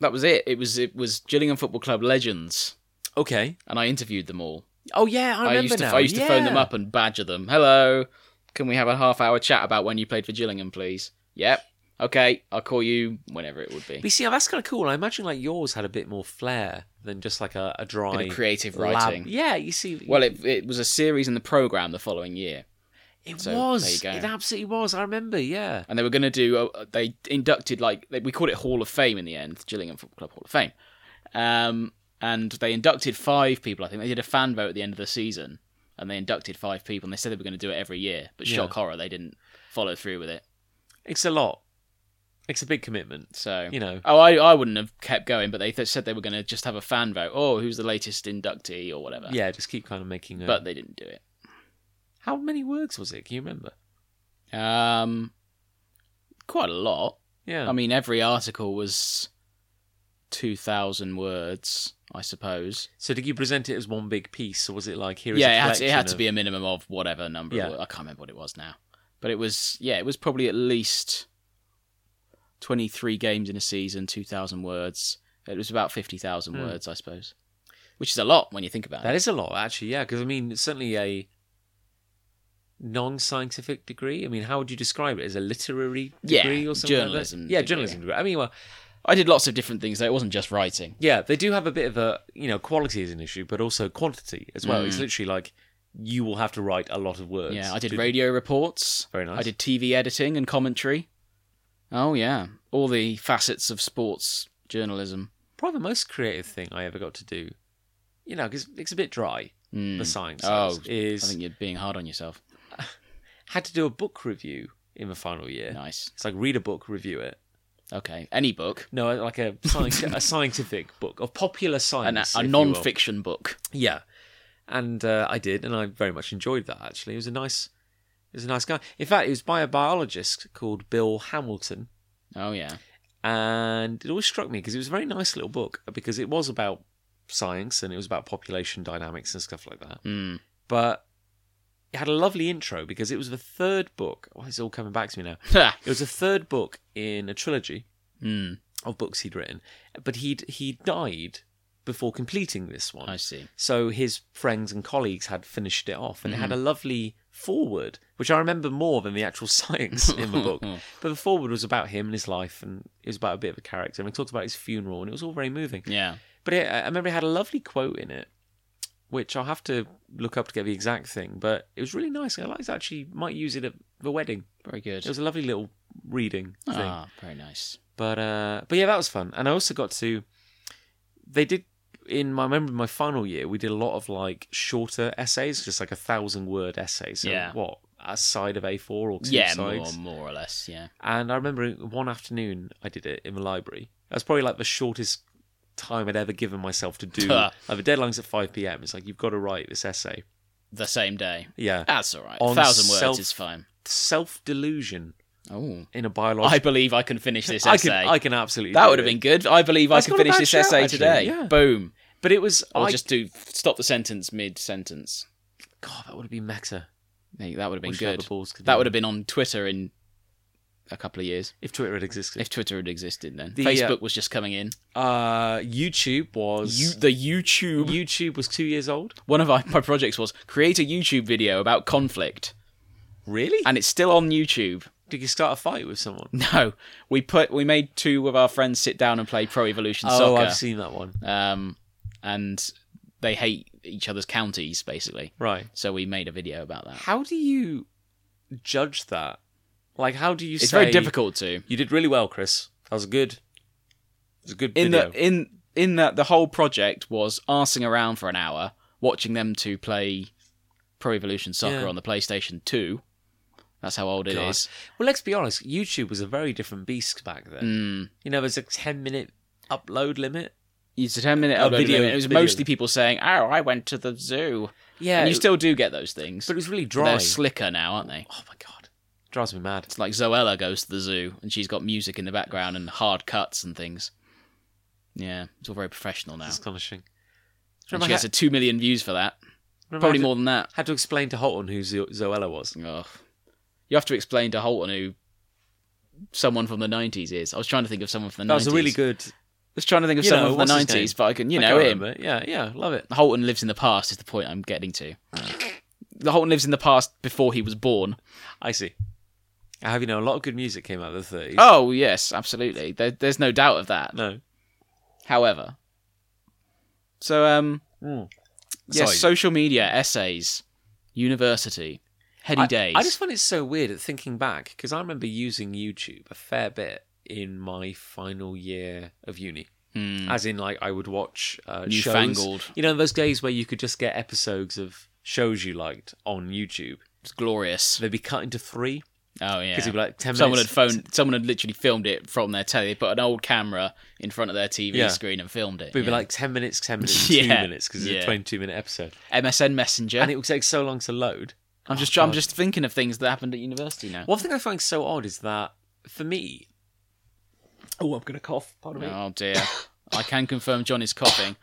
S2: That was it. It was it was Gillingham Football Club legends,
S1: Okay.
S2: and I interviewed them all.
S1: Oh yeah, I remember
S2: used to
S1: now.
S2: I used to phone them
S1: Yeah.
S2: up and badger them. Hello, can we have a half hour chat about when you played for Gillingham, please? Yep. Okay, I'll call you whenever it would be.
S1: But you see, that's kind of cool. I imagine like yours had a bit more flair than just like a, a dry
S2: Bit of creative
S1: lab-
S2: writing.
S1: Yeah, you see,
S2: Well, it it was a series in the program the following year,
S1: it
S2: so
S1: was.
S2: there you
S1: It
S2: go.
S1: absolutely was. I remember. Yeah.
S2: and they were going to do. A, they inducted like they, we called it Hall of Fame in the end, Gillingham Football Club Hall of Fame, um, and they inducted five people. I think they did a fan vote at the end of the season, and they inducted five people, and they said they were going to do it every year. But
S1: Yeah.
S2: shock horror, they didn't follow through with it.
S1: It's a lot. It's a big commitment.
S2: So
S1: You know.
S2: Oh, I, I wouldn't have kept going, but they th- said they were going to just have a fan vote. Oh, who's the latest inductee or whatever.
S1: Yeah, just keep kind of making. A,
S2: But they didn't do it.
S1: how many words was it? Can you remember?
S2: Um, quite a lot.
S1: Yeah.
S2: I mean, every article was 2,000 words, I suppose.
S1: so did you present it as one big piece, or was it like here? is
S2: yeah,
S1: a
S2: it had, to, it had to
S1: collection
S2: be a minimum of whatever number.
S1: Yeah.
S2: Yeah. I can't remember what it was now. But it was, yeah, it was probably at least 23 games in a season, 2,000 words. It was about 50,000
S1: Hmm.
S2: words, I suppose, which is a lot when you think about
S1: of-
S2: it.
S1: That is a lot, actually. Yeah, because I mean, certainly a non-scientific degree. I mean, how would you describe it? As a literary
S2: Yeah,
S1: degree or something? like that?
S2: journalism
S1: Yeah,
S2: degree.
S1: journalism degree. I mean, well,
S2: I did lots of different things though. It wasn't just writing.
S1: Yeah, they do have a bit of a you know quality is an issue, but also quantity as well.
S2: Mm.
S1: It's literally like you will have to write a lot of words.
S2: Yeah, I did
S1: to-
S2: radio reports.
S1: Very nice.
S2: I did TV editing and commentary. Oh yeah, all the facets of sports journalism.
S1: probably the most creative thing I ever got to do. You know, because it's a bit dry.
S2: Mm.
S1: The science
S2: Oh, I
S1: is
S2: think you're being hard on yourself.
S1: had to do a book review in the final year.
S2: Nice.
S1: It's like read a book, review it.
S2: Okay, any book,
S1: No, like a, science, a scientific book of popular
S2: an, a,
S1: science,
S2: a
S1: if you will.
S2: non-fiction book.
S1: Yeah, and uh, I did, and I very much enjoyed that. Actually, it was a nice, it was a nice guy. In fact, it was by a biologist called Bill Hamilton.
S2: Oh yeah.
S1: and it always struck me because it was a very nice little book because it was about science and it was about population dynamics and stuff like that.
S2: Mm.
S1: But it had a lovely intro because it was the third book. Oh, it's all coming back to me now.
S2: Ha.
S1: It was the third book in a trilogy
S2: mm.
S1: of books he'd written, but he'd he died before completing this one.
S2: I see.
S1: So his friends and colleagues had finished it off, and it had a lovely foreword, which I remember more than the actual science in the book. But the foreword was about him and his life, and it was about a bit of a character, and we talked about his funeral, and it was all very moving.
S2: Yeah.
S1: But it, I remember it had a lovely quote in it, which I'll have to look up to get the exact thing, but it was really nice. I liked actually might use it at the wedding.
S2: Very good.
S1: It was a lovely little reading thing.
S2: ah, very nice.
S1: But uh, but yeah, that was fun, and I also got to. They did in my I remember my final year. We did a lot of like shorter essays, just like a thousand word essays. So
S2: Yeah.
S1: What a side of A four or two
S2: Yeah, more,
S1: sides.
S2: more or less. Yeah.
S1: And I remember one afternoon I did it in the library. That was probably like the shortest time I'd ever given myself to do. I have a deadline's at 5 p.m. It's like, you've got to write this essay.
S2: the same day.
S1: Yeah.
S2: That's all right.
S1: On
S2: A thousand words
S1: self-
S2: is fine.
S1: Self delusion
S2: Oh,
S1: in a
S2: I
S1: biological.
S2: believe I can finish this
S1: I
S2: essay.
S1: can, I can absolutely.
S2: that
S1: do
S2: would have
S1: it.
S2: been good. I believe
S1: That's
S2: I can
S1: not a
S2: finish
S1: bad
S2: this
S1: shout,
S2: essay
S1: actually,
S2: today.
S1: yeah.
S2: Boom.
S1: But it was.
S2: Or
S1: I
S2: just do stop the sentence mid sentence.
S1: God, that would have been meta.
S2: That would have been
S1: Wish other
S2: good.
S1: balls could do
S2: That would have been on Twitter in a couple of years
S1: if Twitter had existed.
S2: if Twitter had existed then.
S1: The, uh,
S2: Facebook was just coming in.
S1: Uh, YouTube was.
S2: You, the YouTube.
S1: YouTube was two years old.
S2: One of our, my projects was create a YouTube video about conflict,
S1: Really?
S2: and it's still on YouTube.
S1: Did you start a fight with someone?
S2: No, we put we made two of our friends sit down and play Pro Evolution
S1: Oh,
S2: Soccer,
S1: I've seen that one.
S2: um, and they hate each other's counties basically.
S1: Right.
S2: So we made a video about that.
S1: How do you judge that? Like, how do you
S2: It's
S1: say?
S2: very difficult to
S1: You did really well, Chris. That was good. It was a good
S2: in
S1: video.
S2: the in in that the whole project was arsing around for an hour watching them two play Pro Evolution Soccer
S1: Yeah.
S2: on the PlayStation Two. That's how old it is.
S1: God. Well, let's be honest. YouTube was a very different beast back then.
S2: Mm.
S1: You know, there's a ten-minute upload limit.
S2: It's a ten minute
S1: A
S2: upload
S1: video-
S2: limit. It was
S1: video.
S2: mostly people saying, "Oh, I went to the zoo,"
S1: Yeah,
S2: and
S1: it-
S2: you still do get those things.
S1: but it was really dry.
S2: They're slicker now, aren't they?
S1: oh my god, drives me mad.
S2: It's like Zoella goes to the zoo and she's got music in the background and hard cuts and things. Yeah, it's all very professional now.
S1: astonishing. Do you
S2: And
S1: remember
S2: she has
S1: how-
S2: a two million views for that.
S1: remember
S2: Probably
S1: how to-
S2: more than that.
S1: Had to explain to Holton who Zo- Zoella was.
S2: Ugh. You have to explain to Holton who someone from the nineties is. I was trying to think of someone from the
S1: That
S2: nineties.
S1: was a really good.
S2: I was trying to think of
S1: You know,
S2: someone from
S1: what's
S2: the
S1: his
S2: nineties,
S1: name?
S2: but I can you
S1: I
S2: know
S1: can't
S2: him.
S1: remember. Yeah, yeah, love it.
S2: Holton lives in the past is the point I'm getting to. The Holton lives in the past before he was born.
S1: I see. I have you know a lot of good music came out of the 30s.
S2: Oh yes, absolutely. There, there's no doubt of that.
S1: no.
S2: However, so um,
S1: Mm.
S2: Yes,
S1: Sorry.
S2: social media, essays, university, heady
S1: I,
S2: days.
S1: I just find it so weird at thinking back because I remember using YouTube a fair bit in my final year of uni.
S2: Hmm.
S1: As in, like, I would watch uh, shows.
S2: newfangled.
S1: You know, those days where you could just get episodes of shows you liked on YouTube.
S2: It's glorious.
S1: They'd be cut into three
S2: Oh yeah.
S1: because it'd be like 10
S2: someone had
S1: minutes.
S2: phoned. Someone had literally filmed it from their telly. They put an old camera in front of their TV
S1: Yeah.
S2: screen and filmed it.
S1: But it'd
S2: yeah.
S1: be like 10 minutes, 10 minutes,
S2: Yeah.
S1: 2 minutes because it's
S2: Yeah.
S1: a 22 minute episode.
S2: MSN Messenger.
S1: And it would take so long to load.
S2: I'm just.
S1: Oh,
S2: I'm
S1: God.
S2: just thinking of things that happened at university now.
S1: One thing I find so odd is that for me, oh, I'm going to cough. Pardon me.
S2: Oh dear. I can confirm John is coughing.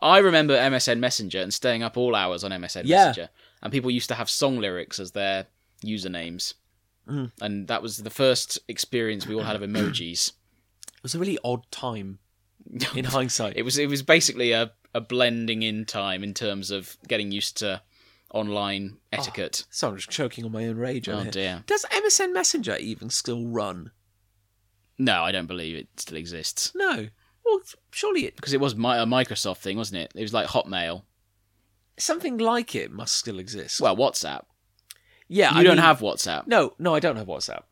S2: I remember MSN Messenger and staying up all hours on MSN
S1: Yeah.
S2: Messenger. And people used to have song lyrics as their usernames.
S1: Mm.
S2: And that was the first experience we all had of emojis.
S1: It was a really odd time in hindsight.
S2: it was it was basically a, a blending in time in terms of getting used to online
S1: Oh,
S2: etiquette.
S1: so I'm just choking on my own rage.
S2: Oh,
S1: over here.
S2: dear.
S1: Does MSN Messenger even still run?
S2: No, I don't believe it still exists.
S1: No. Well, surely it,
S2: Because it was mi- a Microsoft thing, wasn't it? It was like Hotmail.
S1: something like it must still exist.
S2: Well, WhatsApp.
S1: yeah,
S2: You
S1: I
S2: don't
S1: mean-
S2: have WhatsApp.
S1: No, no, I don't have WhatsApp.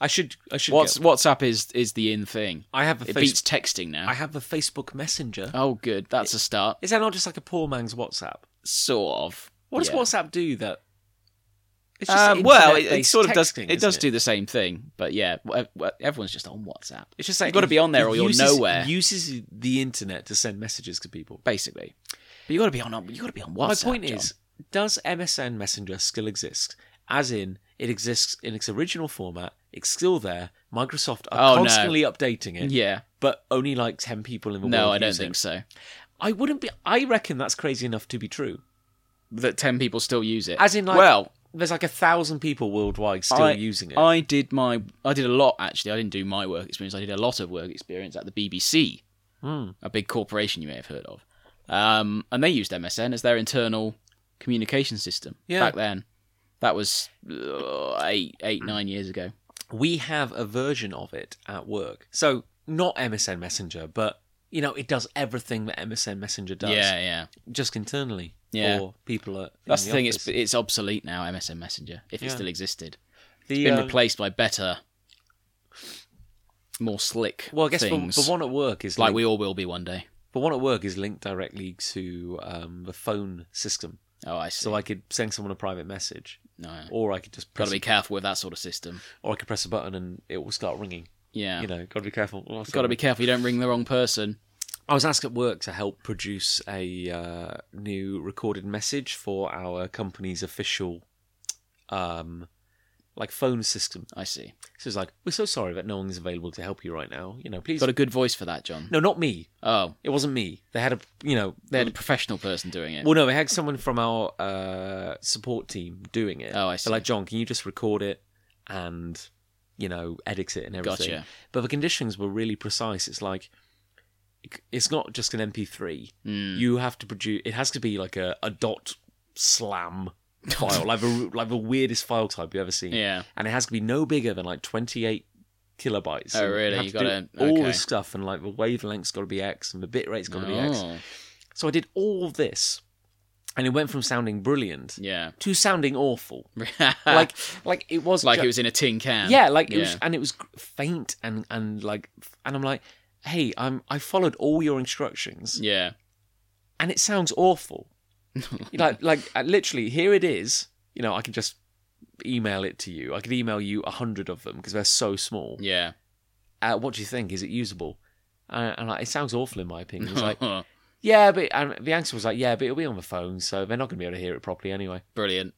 S1: I should. I should.
S2: What's,
S1: get-
S2: WhatsApp is is the in thing.
S1: I have a.
S2: It
S1: Face-
S2: beats texting now.
S1: I have a Facebook Messenger.
S2: Oh, good. That's a start.
S1: Is that not just like a poor man's WhatsApp?
S2: Sort of.
S1: What does
S2: Yeah.
S1: WhatsApp do that? It's
S2: Uh, well, it, it
S1: internet-based
S2: sort of does.
S1: texting,
S2: It does
S1: isn't
S2: do the same thing, but yeah, w- w- everyone's just on WhatsApp,
S1: It's just like
S2: gotta
S1: it-
S2: be on there
S1: it
S2: or you're
S1: uses-
S2: nowhere.
S1: it Uses the internet to send messages to people.
S2: basically. But you got to be on. You got to be on WhatsApp.
S1: My point
S2: John.
S1: is, does MSN Messenger still exist? As in, it exists in its original format. It's still there. Microsoft
S2: Oh,
S1: are
S2: no.
S1: constantly updating it,
S2: yeah.
S1: but only like ten people in the
S2: No,
S1: world.
S2: I don't
S1: use it.
S2: think so.
S1: I wouldn't be. I reckon that's crazy enough to be true.
S2: That ten people still use it.
S1: As in, like-
S2: well,
S1: There's like a thousand people worldwide still
S2: I-
S1: using it.
S2: I did my. I did a lot actually. I didn't do my work experience. I did a lot of work experience at the BBC,
S1: Hmm.
S2: a big corporation you may have heard of, um, and they used MSN as their internal communication system
S1: Yeah.
S2: back then. That was uh, eight, eight,
S1: Hmm.
S2: nine years ago.
S1: we have a version of it at work. So not MSN Messenger, but you know, it does everything that MSN Messenger does,
S2: Yeah, yeah.
S1: just internally
S2: Yeah.
S1: for people at. in
S2: That's the, thing.
S1: office.
S2: It's it's obsolete now. MSN Messenger, if it
S1: Yeah.
S2: still existed,
S1: the,
S2: been
S1: um,
S2: replaced by better, more slick.
S1: Well, I guess the,
S2: things,
S1: the one at work is
S2: like
S1: like
S2: we all will be one day.
S1: the one at work is linked directly to um, the phone system,
S2: Oh, I see.
S1: so I could send someone a private message,
S2: no,
S1: or I could just
S2: got to
S1: press,
S2: be careful with that sort of system.
S1: or I could press a button and it will start ringing.
S2: Yeah,
S1: You know, got to be careful.
S2: got to be careful. You don't ring the wrong person.
S1: I was asked at work to help produce a uh, new recorded message for our company's official, um, like phone system.
S2: I see.
S1: So it's like, we're so sorry that no one's available to help you right now. You know, please.
S2: Got a good voice for that, John.
S1: no, not me.
S2: Oh,
S1: It wasn't me. They had a, you know, they
S2: they had a
S1: had.
S2: professional person doing it.
S1: Well, no, they had someone from our uh, support team doing it.
S2: Oh, I see.
S1: They're like, John, can you just record it and, you know, edit it and everything?
S2: Gotcha.
S1: But the conditions were really precise. It's like, it's not just an MP3.
S2: Mm.
S1: you have to produce it has to be like a, a dot slam file like the like the weirdest file type you've ever seen
S2: Yeah.
S1: and it has to be no bigger than like 28 kilobytes
S2: Oh,
S1: And
S2: really?
S1: have
S2: You
S1: to do
S2: gotta-
S1: all
S2: okay.
S1: this stuff and like the wavelength's got to be x and the bit rate's got to be x
S2: Oh,
S1: so i did all this and it went from sounding brilliant
S2: yeah.
S1: to sounding awful
S2: like
S1: like like it was
S2: Ah. like
S1: ju-
S2: it was in a tin can.
S1: yeah like it was
S2: Yeah.
S1: and it was gr- faint and and like and i'm like hey i'm i followed all your instructions
S2: Yeah.
S1: and it sounds awful. like like uh, literally, here it is. You know, I can just email it to you. I could email you a hundred of them because they're so small.
S2: Yeah.
S1: Uh, what do you think? Is it usable? Uh, And, and like, it sounds awful in my opinion. It's like, yeah, but and the answer was like, yeah, but it'll be on the phone, so they're not going to be able to hear it properly anyway.
S2: Brilliant.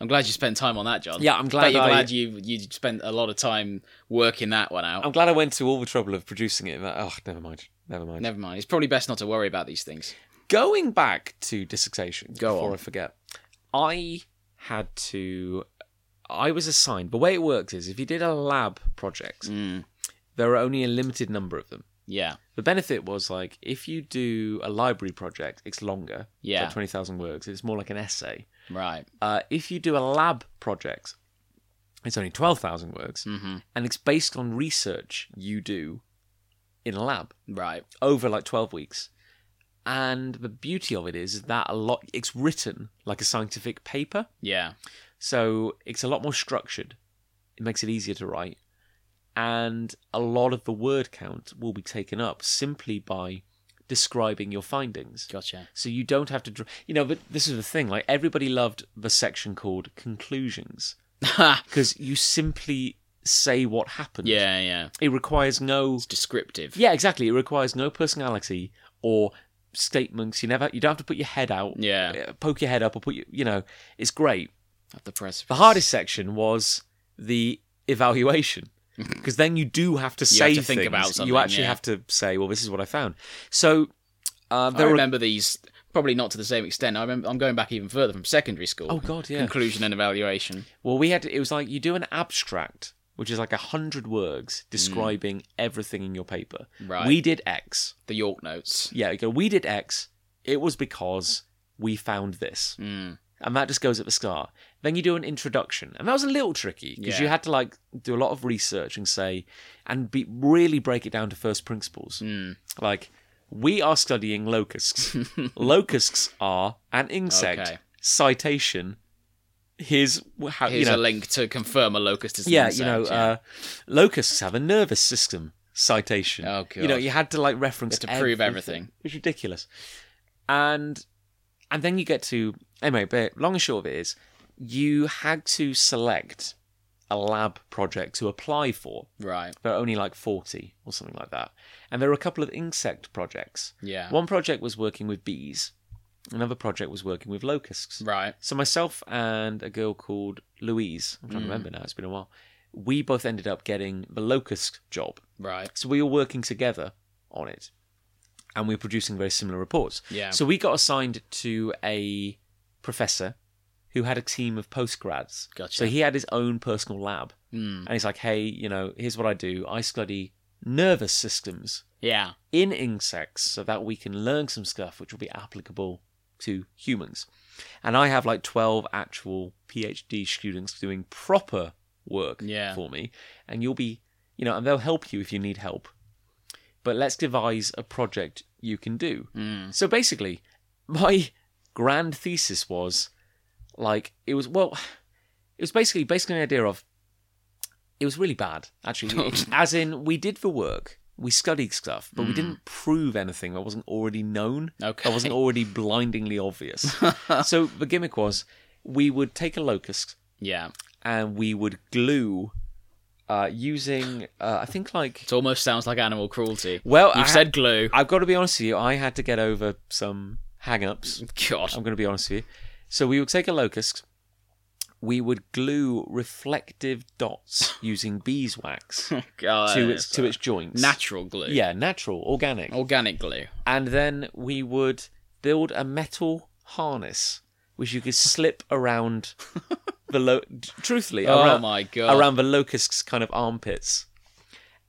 S2: I'm glad you spent time on that, John.
S1: Yeah, I'm glad.
S2: Glad you're
S1: I,
S2: glad you you spent a lot of time working that one out.
S1: I'm glad I went to all the trouble of producing it. That, oh, never mind. Never mind.
S2: Never mind. It's probably best not to worry about these things.
S1: Going back to dissertation
S2: Go
S1: before
S2: on.
S1: I forget, I had to. I was assigned. The way it works is if you did a lab project,
S2: Mm.
S1: there are only a limited number of them.
S2: Yeah.
S1: The benefit was like if you do a library project, it's longer.
S2: Yeah.
S1: It's like 20,000 words. It's more like an essay.
S2: Right.
S1: Uh, if you do a lab project, it's only 12,000 words
S2: hmm
S1: and it's based on research you do in a lab
S2: Right.
S1: over like 12 weeks. And the beauty of it is that a lot, it's written like a scientific paper.
S2: Yeah.
S1: So it's a lot more structured. It makes it easier to write. And a lot of the word count will be taken up simply by describing your findings.
S2: Gotcha.
S1: So you don't have to, dr- you know, but this is the thing like everybody loved the section called conclusions
S2: yeah.
S1: because you simply say what happened.
S2: Yeah.
S1: It requires no
S2: It's descriptive.
S1: yeah, exactly. It requires no personality or statements. You never, you don't have to put your head out,
S2: Yeah.
S1: uh, poke your head up, or put your, you know, it's great.
S2: At the press.
S1: The hardest section was the evaluation because then you do have to
S2: You
S1: say
S2: have to think
S1: things.
S2: about something,
S1: You actually
S2: yeah.
S1: have to say, well, this is what I found. So uh,
S2: I
S1: there were.
S2: remember these probably not to the same extent. I remember I'm going back even further from secondary school.
S1: Oh God, yeah.
S2: Conclusion and evaluation.
S1: Well, we had to, it was like you do an abstract, which is like a hundred words describing everything in your paper.
S2: Mm. Right.
S1: We did X.
S2: The York notes.
S1: yeah, you go, we did X, it was because we found this.
S2: Mm.
S1: And that just goes at the start. Then you do an introduction. And that was a little tricky because you
S2: Yeah.
S1: had to like do a lot of research and say, and be, really break it down to first principles.
S2: Mm.
S1: Like, we are studying locusts. locusts are an insect.
S2: Okay.
S1: Citation. Here's wh- how,
S2: Here's
S1: Uh, you know,
S2: a link to confirm a locust is an
S1: yeah, you
S2: insect,
S1: know, Uh, locusts have a nervous system. Citation.
S2: Oh,
S1: You know,
S2: God.
S1: you had to like reference
S2: You had to prove everything.
S1: It was ridiculous, and and then you get to anyway. But long and short of it is, you had to select a lab project to apply for.
S2: Right.
S1: There are only like forty or something like that, and there were a couple of insect projects.
S2: Yeah.
S1: One project was working with bees, another project was working with locusts.
S2: Right.
S1: So myself and a girl called Louise, I'm trying
S2: Hmm.
S1: to remember now, it's been a while. We both ended up getting the locust job.
S2: Right.
S1: So we were working together on it. And we were producing very similar reports.
S2: Yeah.
S1: So we got assigned to a professor who had a team of postgrads.
S2: Gotcha.
S1: So he had his own personal lab.
S2: Mm.
S1: And he's like, hey, you know, here's what I do. I study nervous systems
S2: Yeah.
S1: in insects so that we can learn some stuff which will be applicable to humans. And I have like 12 actual PhD students doing proper work
S2: Yeah.
S1: for me. And you'll be, you know, and they'll help you if you need help. But let's devise a project you can do.
S2: Mm.
S1: So basically, my grand thesis was like it was well, it was basically based on the idea of it was really bad actually. As in, we did the work, we studied stuff, but we didn't prove anything that wasn't already known.
S2: Okay.
S1: that wasn't already blindingly obvious. so the gimmick was we would take a locust
S2: Yeah.
S1: and we would glue uh, using uh, I think like
S2: It almost sounds like animal cruelty.
S1: well I
S2: You've said glue.
S1: I've got to be honest with you. I had to get over some hang-ups.
S2: God.
S1: I'm going to be honest with you. So we would take a locust. We would glue reflective dots using beeswax
S2: Oh, God.
S1: Um, to its to its joints.
S2: natural glue.
S1: Yeah, natural, organic.
S2: Organic glue.
S1: And then we would build a metal harness which you could slip around the lo- truthfully
S2: Oh
S1: around,
S2: my god.
S1: around the locust's kind of armpits.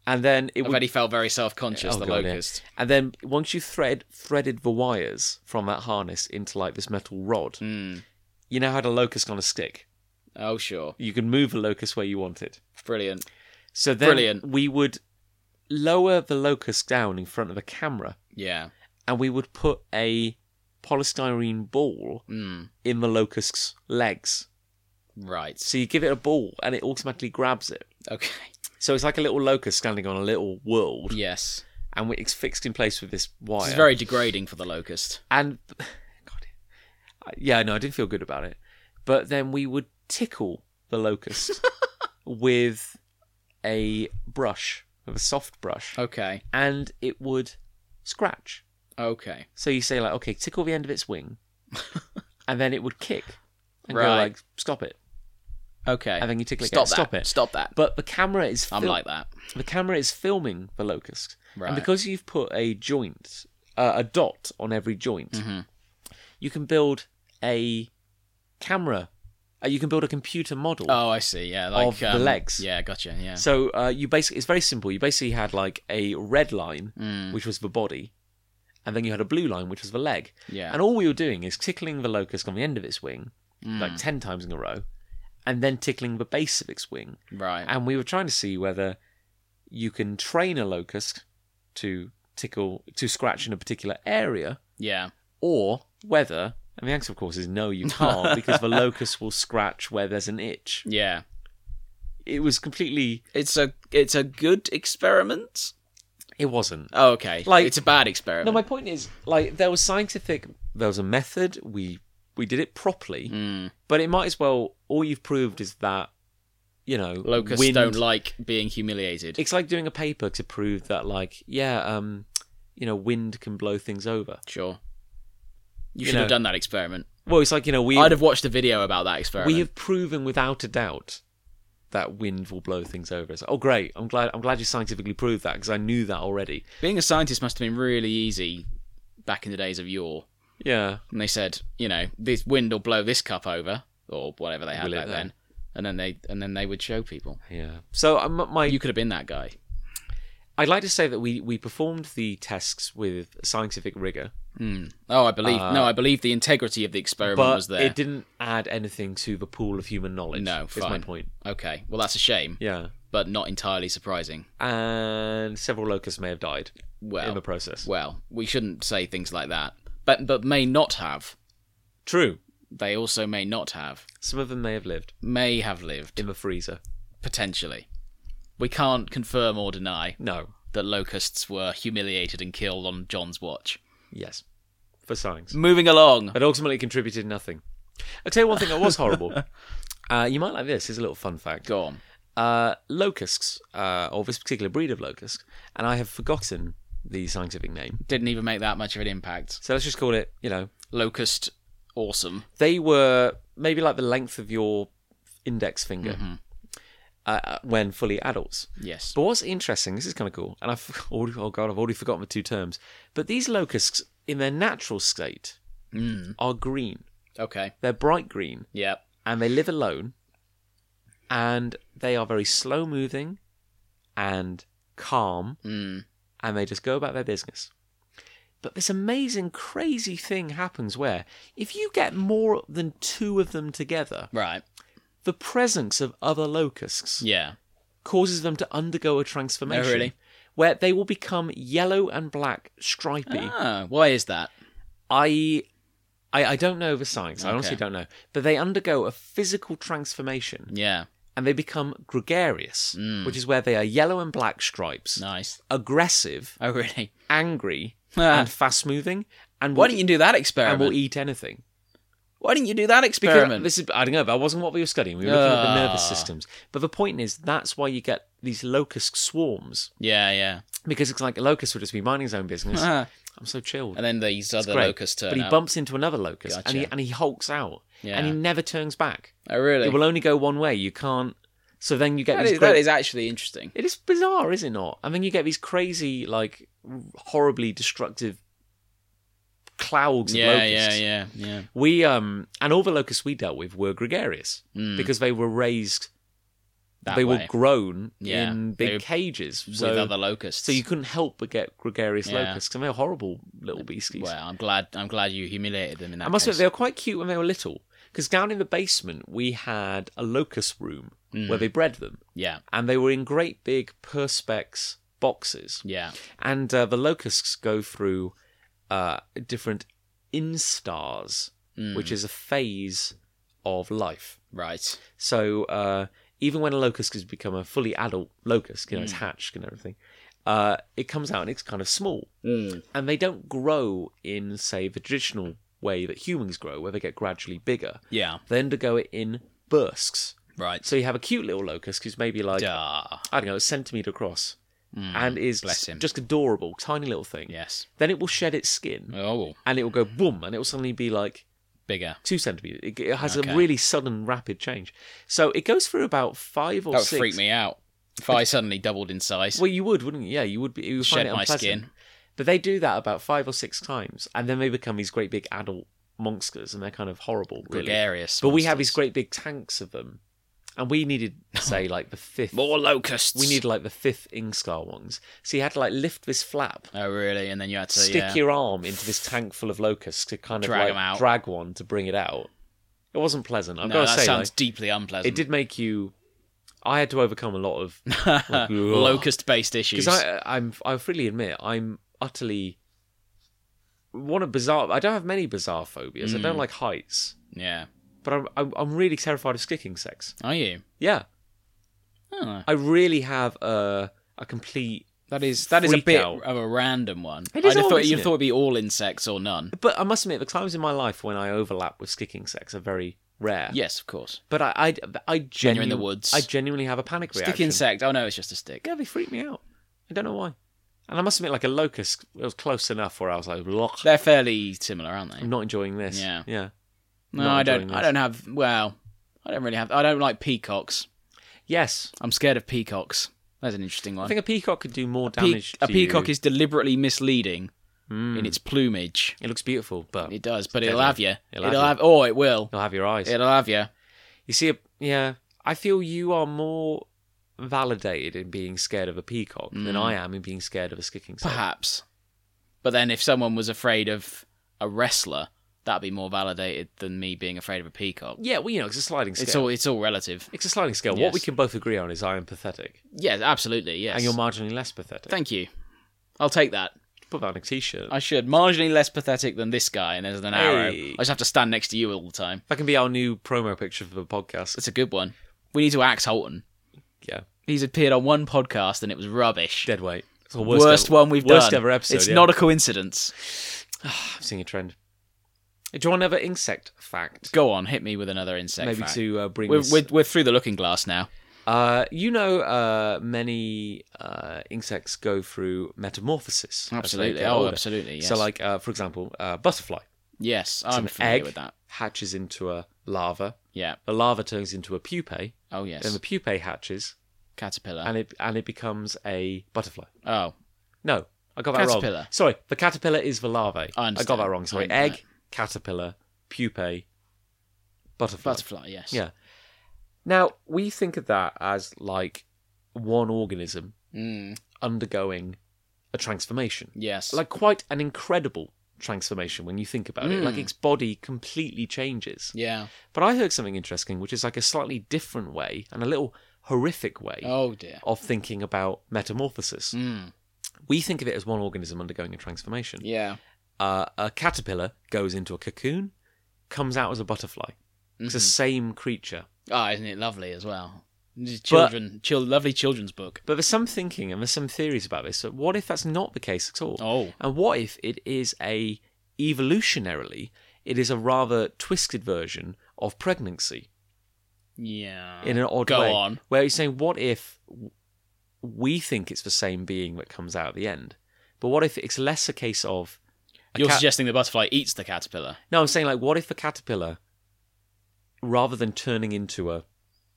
S1: And then it
S2: I
S1: would
S2: bet he felt very self conscious,
S1: Oh,
S2: the
S1: God, yeah.
S2: locust.
S1: And then once you thread threaded the wires from that harness into like this metal rod,
S2: Mm.
S1: you now had a locust on a stick.
S2: Oh sure.
S1: You could move the locust where you wanted.
S2: Brilliant.
S1: So then
S2: Brilliant.
S1: we would lower the locust down in front of a camera
S2: Yeah.
S1: and we would put a polystyrene ball
S2: Mm.
S1: in the locust's legs.
S2: Right.
S1: So you give it a ball and it automatically grabs it.
S2: Okay.
S1: So it's like a little locust standing on a little world
S2: Yes.
S1: and it's fixed in place with this wire.
S2: This is very degrading for the locust.
S1: and God, I- yeah, no, I didn't feel good about it. But then we would tickle the locust with a brush, with a soft brush,
S2: Okay.
S1: and it would scratch.
S2: Okay.
S1: So you say like, okay, tickle the end of its wing, and then it would kick and go
S2: Right.
S1: like, stop it,
S2: Okay.
S1: and then you tickle
S2: Stop that.
S1: again, stop it.
S2: Stop that.
S1: But the camera is
S2: I'm
S1: fil-
S2: like that.
S1: the camera is filming the locust,
S2: Right.
S1: and because you've put a joint, uh, a dot on every joint,
S2: Mhm.
S1: you can build a camera. Uh, you can build a computer model.
S2: Oh, I see. Yeah, like
S1: Of the
S2: um,
S1: legs.
S2: Yeah, gotcha. Yeah.
S1: So uh, you basically it's very simple. You basically had like a red line,
S2: Mm.
S1: which was the body, and then you had a blue line, which was the leg.
S2: Yeah.
S1: And all we were doing is tickling the locust on the end of its wing,
S2: Mm.
S1: like ten times in a row, and then tickling the base of its wing.
S2: Right.
S1: And we were trying to see whether you can train a locust to tickle to scratch in a particular area,
S2: yeah.
S1: or whether and the answer of course is no you can't because the locust will scratch where there's an itch
S2: Yeah.
S1: it was completely
S2: It's a it's a good experiment.
S1: it wasn't
S2: Oh, okay.
S1: Like-
S2: it's a bad experiment.
S1: no my point is like there was scientific there was a method we we did it properly
S2: Mm.
S1: but it might as well all you've proved is that you know
S2: Locusts
S1: wind-
S2: don't like being humiliated.
S1: it's like doing a paper to prove that like yeah um you know wind can blow things over
S2: sure. You,
S1: You
S2: should
S1: know.
S2: have done that experiment.
S1: well it's like you know we
S2: I'd have watched a video about that experiment.
S1: we have proven without a doubt that wind will blow things over. It's like, oh, great! I'm glad. I'm glad you scientifically proved that because I knew that already.
S2: Being a scientist must have been really easy back in the days of yore.
S1: Yeah,
S2: And they said, you know, this wind will blow this cup over, or whatever they had
S1: Will it
S2: back
S1: then?
S2: then. And then they and then they would show people.
S1: yeah. So um, my,
S2: You could have been that guy.
S1: I'd like to say that we we performed the tests with scientific rigor,
S2: Hmm. Oh, I believe
S1: Uh,
S2: no, I believe the integrity of the experiment
S1: but
S2: was there.
S1: it didn't add anything to the pool of human knowledge.
S2: No,
S1: is my
S2: fine.
S1: point.
S2: Okay, well that's a shame,
S1: Yeah,
S2: but not entirely surprising.
S1: and several locusts may have died in the
S2: Well,
S1: process.
S2: well, we shouldn't say things like that, but but may not have.
S1: True,
S2: They also may not have.
S1: some of them may have lived
S2: May have lived
S1: in the freezer.
S2: potentially. We can't confirm or deny
S1: No,
S2: that locusts were humiliated and killed on John's watch.
S1: yes, for science.
S2: Moving along.
S1: but ultimately contributed nothing. I'll tell you one thing that was horrible. uh, you might like this. Here's a little fun fact.
S2: Go on.
S1: Uh, locusts, uh, or this particular breed of locust, and I have forgotten the scientific name.
S2: Didn't even make that much of an impact.
S1: So let's just call it, you know,
S2: Locust, awesome.
S1: they were maybe like the length of your index finger uh, uh, when fully adults.
S2: Yes.
S1: But what's interesting, this is kind of cool, and I've already, oh god, I've already forgotten the two terms, but these locusts in their natural state
S2: Mm.
S1: are green.
S2: Okay.
S1: They're bright green.
S2: Yeah.
S1: and they live alone and they are very slow moving and calm
S2: Mm.
S1: and they just go about their business but this amazing crazy thing happens where if you get more than two of them together
S2: Right.
S1: the presence of other locusts
S2: Yeah.
S1: causes them to undergo a transformation
S2: Oh, really?
S1: where they will become yellow and black stripy
S2: Ah, why is that?
S1: I, I i don't know the science i honestly
S2: Okay.
S1: don't know but they undergo a physical transformation
S2: Yeah.
S1: and they become gregarious,
S2: Mm.
S1: which is where they are yellow and black stripes,
S2: Nice.
S1: aggressive,
S2: Oh, really?
S1: angry,
S2: Ah.
S1: and fast moving, and
S2: Why
S1: will,
S2: don't you do that
S1: and
S2: experiment?
S1: will eat anything.
S2: Why didn't you do that experiment?
S1: This is, I don't know, but I wasn't what we were studying. We were looking at the nervous
S2: Ah.
S1: systems. But the point is, that's why you get these locust swarms
S2: yeah, yeah.
S1: because it's like a locust would just be minding his own business.
S2: Ah.
S1: I'm so chilled.
S2: and then these other
S1: great,
S2: locusts turn
S1: But he
S2: up.
S1: bumps into another locust and, he,
S2: Gotcha.
S1: and he hulks out
S2: yeah.
S1: and he never turns back.
S2: oh, really?
S1: It will only go one way. You can't. So then you get
S2: that,
S1: these
S2: is,
S1: great-
S2: that is actually interesting.
S1: It is bizarre, is it not? I mean, you get these crazy, like, horribly destructive clouds of
S2: Yeah,
S1: locusts.
S2: yeah, yeah, yeah.
S1: We um, and all the locusts we dealt with were gregarious
S2: Mm,
S1: because they were raised.
S2: that
S1: they
S2: way,
S1: were grown
S2: Yeah,
S1: in
S2: they
S1: big
S2: were
S1: cages,
S2: with
S1: so
S2: other locusts.
S1: so you couldn't help but get gregarious
S2: Yeah.
S1: locusts, and they were horrible little beasties.
S2: Well, I'm glad. I'm glad you humiliated them in that.
S1: I must
S2: case.
S1: admit, they were quite cute when they were little. Because down in the basement, we had a locust room
S2: Mm.
S1: where they bred them,
S2: yeah,
S1: and they were in great big perspex boxes.
S2: yeah.
S1: and uh, the locusts go through uh, different instars,
S2: Mm,
S1: which is a phase of life.
S2: right.
S1: So uh, even when a locust has become a fully adult locust, you know, it's
S2: Hmm.
S1: hatched and everything, uh, it comes out and it's kind of small,
S2: Hmm.
S1: and they don't grow in, say, the traditional way that humans grow, where they get gradually bigger.
S2: Yeah.
S1: They undergo it in bursts.
S2: Right. Ah,
S1: So you have a cute little locust who's maybe like
S2: Duh.
S1: I don't know a centimeter across,
S2: Mm,
S1: and is
S2: bless him.
S1: just adorable, tiny little thing
S2: Yes.
S1: then it will shed its skin
S2: Oh,
S1: and it will go boom and it will suddenly be like
S2: bigger.
S1: two centimeters it, it has
S2: Okay.
S1: a really sudden rapid change so it goes through about five or
S2: That would
S1: six
S2: freak me out if I suddenly doubled in size.
S1: well you would wouldn't you yeah you would be you would
S2: shed
S1: find it
S2: my
S1: unpleasant.
S2: skin.
S1: but they do that about five or six times and then they become these great big adult monsters and they're kind of horrible really
S2: Gregarious.
S1: but we have these
S2: monsters.
S1: great big tanks of them and we needed say like the fifth
S2: more locusts.
S1: we needed like the fifth ingscar ones so you had to like lift this flap
S2: Oh, really? And then you had to
S1: stick
S2: yeah.
S1: your arm into this tank full of locusts to kind of
S2: Drag
S1: like
S2: 'em out.
S1: drag one to bring it out. It wasn't pleasant. I've
S2: No,
S1: got
S2: that
S1: to say,
S2: sounds
S1: like,
S2: deeply unpleasant.
S1: it did make you. I had to overcome a lot of Like, ugh.
S2: locust-based issues.
S1: because I uh, I'm I freely admit I'm utterly one of bizarre. I don't have many bizarre phobias. I
S2: Hmm.
S1: don't like heights,
S2: Yeah.
S1: but I'm I'm, I'm really terrified of stick insects.
S2: Are you?
S1: Yeah,
S2: Oh,
S1: I really have a a complete.
S2: that is that is a
S1: freak
S2: bit
S1: out.
S2: of a random one.
S1: It is
S2: I'd have
S1: odd,
S2: thought
S1: isn't
S2: you
S1: it?
S2: thought it'd be all insects or none.
S1: But I must admit, the times in my life when I overlap with stick insects are very rare.
S2: Yes, of course.
S1: But I, I, I
S2: you're in
S1: genuinely,
S2: the woods.
S1: I genuinely have a panic reaction.
S2: Stick insect. Oh no, it's just a stick.
S1: Yeah, they freak me out. I don't know why. And I must admit, like a locust, it was close enough where I was like, "Lock,
S2: They're fairly similar, aren't they?
S1: I'm not enjoying this."
S2: Yeah.
S1: yeah,
S2: No,
S1: not
S2: I don't.
S1: enjoying
S2: I
S1: this.
S2: don't have. Well, I don't really have. I don't like peacocks.
S1: yes.
S2: I'm scared of peacocks. That's an interesting
S1: I
S2: one.
S1: think a peacock could do more
S2: Pe-
S1: damage.
S2: a peacock is deliberately misleading in its plumage.
S1: It looks beautiful, but
S2: It does, but it'll
S1: deadly.
S2: have you.
S1: It'll
S2: It'll,
S1: have you.
S2: have. Oh, it will.
S1: you'll have your eyes.
S2: It'll have you.
S1: You see, a, yeah, I feel you are more validated in being scared of a peacock than I am in being scared of a skicking. snake.
S2: Mm. Perhaps. But then if someone was afraid of a wrestler, that'd be more validated than me being afraid of a peacock.
S1: Yeah, well, you know, it's a sliding scale.
S2: It's all it's all relative.
S1: It's a sliding scale.
S2: Yes.
S1: What we can both agree on is I am pathetic,
S2: Yes, absolutely, yes.
S1: and you're marginally less pathetic.
S2: Thank you. I'll take that.
S1: Put that on a t-shirt.
S2: I should. Marginally less pathetic than this guy, and there's an arrow.
S1: Hey.
S2: I just have to stand next to you all the time.
S1: That can be our new promo picture for the podcast.
S2: That's a good one. We need to axe Holton.
S1: Yeah,
S2: He's appeared on one podcast and it was rubbish.
S1: dead weight. It's the
S2: worst one we've
S1: worst
S2: done.
S1: ever episode.
S2: It's
S1: yeah.
S2: not a coincidence.
S1: I've seen a trend. Do you want another insect fact?
S2: Go on, hit me with another insect.
S1: Maybe
S2: fact.
S1: to uh, bring
S2: We're,
S1: this-
S2: we're, we're through the looking glass now.
S1: Uh, you know, uh, many uh, insects go through metamorphosis. as they
S2: Absolutely.
S1: get
S2: Oh,
S1: older.
S2: absolutely. Yes.
S1: So, like uh, for example, uh, butterfly
S2: yes, I'm
S1: an
S2: familiar
S1: egg.
S2: with that.
S1: hatches into a larva.
S2: Yeah.
S1: The larva turns into a pupae.
S2: Oh yes.
S1: Then the pupae hatches,
S2: Caterpillar.
S1: and it and it becomes a butterfly.
S2: oh,
S1: No, I got that wrong.
S2: Caterpillar.
S1: Sorry, the caterpillar is the larvae.
S2: I understand.
S1: got that wrong. Sorry,
S2: I understand.
S1: egg, caterpillar, pupae, butterfly.
S2: butterfly. Yes.
S1: Yeah. Now we think of that as like one organism
S2: Mm,
S1: undergoing a transformation,
S2: yes.
S1: like quite an incredible transformation when you think about it.
S2: Hmm.
S1: Like its body completely changes.
S2: yeah.
S1: But I heard something interesting, which is like a slightly different way and a little horrific way.
S2: Oh dear.
S1: Of thinking about metamorphosis.
S2: Mm,
S1: We think of it as one organism undergoing a transformation.
S2: yeah.
S1: uh, a caterpillar goes into a cocoon, comes out as a butterfly. It's
S2: Mm-hmm.
S1: the same creature.
S2: Ah, isn't it lovely as well? Children, chil- lovely children's book.
S1: But there's some thinking and there's some theories about this. So what if that's not the case at all?
S2: Oh,
S1: And what if it is a evolutionarily it is a rather twisted version of pregnancy
S2: Yeah.
S1: in an odd
S2: Go
S1: way.
S2: on.
S1: Where he's saying, what if w- we think it's the same being that comes out at the end? But what if it's less a case of. a
S2: You're
S1: cat-
S2: suggesting the butterfly eats the caterpillar.
S1: no, I'm saying, like, what if a caterpillar, rather than turning into a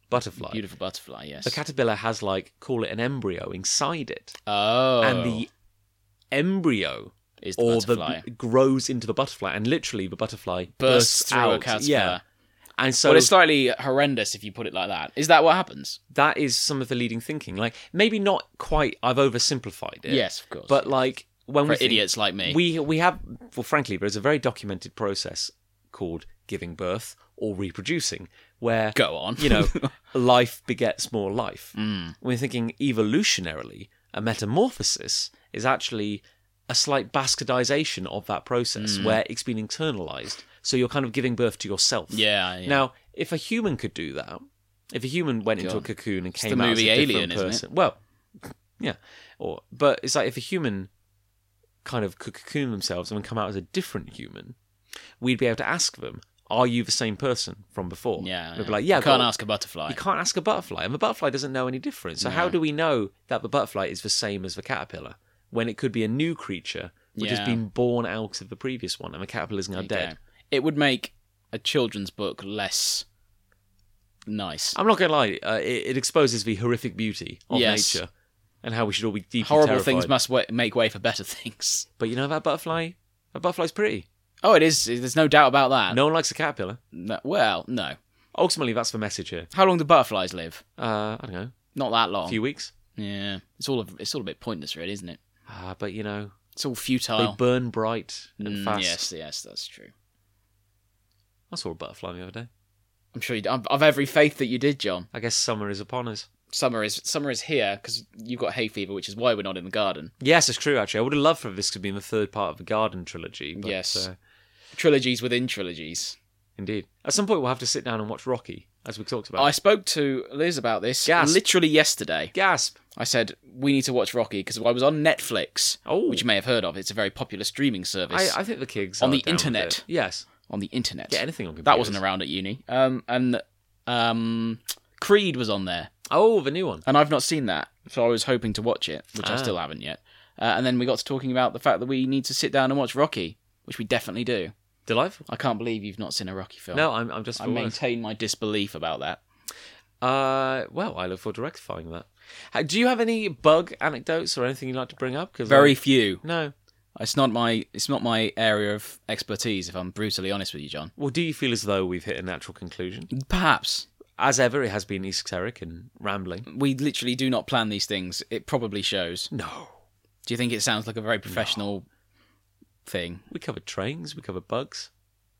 S1: butterfly,
S2: Beautiful butterfly, yes.
S1: the caterpillar has, like, call it an embryo inside it.
S2: oh.
S1: And the embryo
S2: is the
S1: or
S2: butterfly.
S1: the grows into the butterfly and literally the butterfly
S2: bursts through
S1: out.
S2: a caterpillar.
S1: yeah and so
S2: well, it's slightly horrendous if you put it like that. Is that what happens?
S1: that is some of the leading thinking like maybe not quite i've oversimplified it
S2: Yes, of course.
S1: but like when
S2: for
S1: we think-
S2: idiots like me,
S1: we we have well frankly there's a very documented process called giving birth or reproducing where
S2: go on.
S1: you know life begets more life
S2: Mm.
S1: we're thinking evolutionarily a metamorphosis is actually a slight bastardization of that
S2: Mm.
S1: process where it's been internalized so you're kind of giving birth to yourself
S2: yeah, yeah.
S1: now if a human could do that if a human went into a
S2: God.
S1: cocoon and
S2: the
S1: came out as a
S2: movie
S1: different
S2: Alien, isn't it?
S1: person well yeah or but it's like if a human kind of could cocoon themselves and then come out as a different human we'd be able to ask them are you the same person from before
S2: yeah,
S1: they'd be like yeah
S2: you can't
S1: well,
S2: ask a butterfly.
S1: you can't ask a butterfly, and the butterfly doesn't know any difference. So how
S2: No.
S1: do we know that the butterfly is the same as the caterpillar when it could be a new creature which
S2: Yeah.
S1: has been born out of the previous one, and the caterpillar is now
S2: There you
S1: dead?
S2: go. It would make a children's book less nice.
S1: I'm not going to lie; uh, it, it exposes the horrific beauty of
S2: Yes.
S1: nature and how we should all be deeply
S2: Horrible
S1: terrified.
S2: things must wa make way for better things.
S1: But you know that butterfly? That butterfly's pretty.
S2: Oh, it is. There's no doubt about that.
S1: No one likes a caterpillar.
S2: No- well, no.
S1: Ultimately, that's the message here.
S2: How long do butterflies live?
S1: Uh, I don't know,
S2: Not that long.
S1: a few weeks.
S2: Yeah, it's all a, it's all a bit pointless, really, isn't it?
S1: Ah, but you know
S2: It's all
S1: they
S2: futile.
S1: burn bright and
S2: Mm,
S1: fast.
S2: yes, yes, that's true.
S1: I saw a butterfly the other day.
S2: I'm sure you. d- I've I've every faith that you did, John.
S1: I guess summer is upon us.
S2: Summer is summer is here because you've got hay fever, which is why we're not in the garden.
S1: Yes, it's true. Actually, I would have loved for this to be in the third part of the Garden trilogy. But,
S2: Yes.
S1: uh,
S2: Trilogies within trilogies.
S1: indeed. At some point, we'll have to sit down and watch Rocky, as we talked about.
S2: I spoke to Liz about this
S1: Gasp.
S2: literally yesterday.
S1: Gasp!
S2: I said we need to watch Rocky because I was on Netflix,
S1: Oh,
S2: which you may have heard of. It's a very popular streaming
S1: I,
S2: service
S1: I think the kids
S2: On
S1: are
S2: the
S1: down with
S2: internet.
S1: it. Yes,
S2: on the internet.
S1: get anything on computers.
S2: that wasn't around at uni. Um, and um, Creed was on there.
S1: Oh, the new one.
S2: and I've not seen that, so I was hoping to watch it, which
S1: Ah.
S2: I still haven't yet. Uh, and then we got to talking about the fact that we need to sit down and watch Rocky, which we definitely do.
S1: Did I?
S2: I can't believe you've not seen a Rocky film.
S1: No, I'm, I'm just.
S2: I
S1: for words.
S2: maintain my disbelief about that.
S1: Uh, well, I look forward to rectifying that. Ha- Do you have any bug anecdotes or anything you'd like to bring up? Cause
S2: Very
S1: I-
S2: few.
S1: no.
S2: It's not my it's not my area of expertise. If I'm brutally honest with you, John.
S1: Well, do you feel as though we've hit a natural conclusion?
S2: Perhaps
S1: As ever, it has been esoteric and rambling.
S2: we literally do not plan these things. It probably shows.
S1: No.
S2: Do you think it sounds like a very professional thing?
S1: We covered trains. We covered bugs.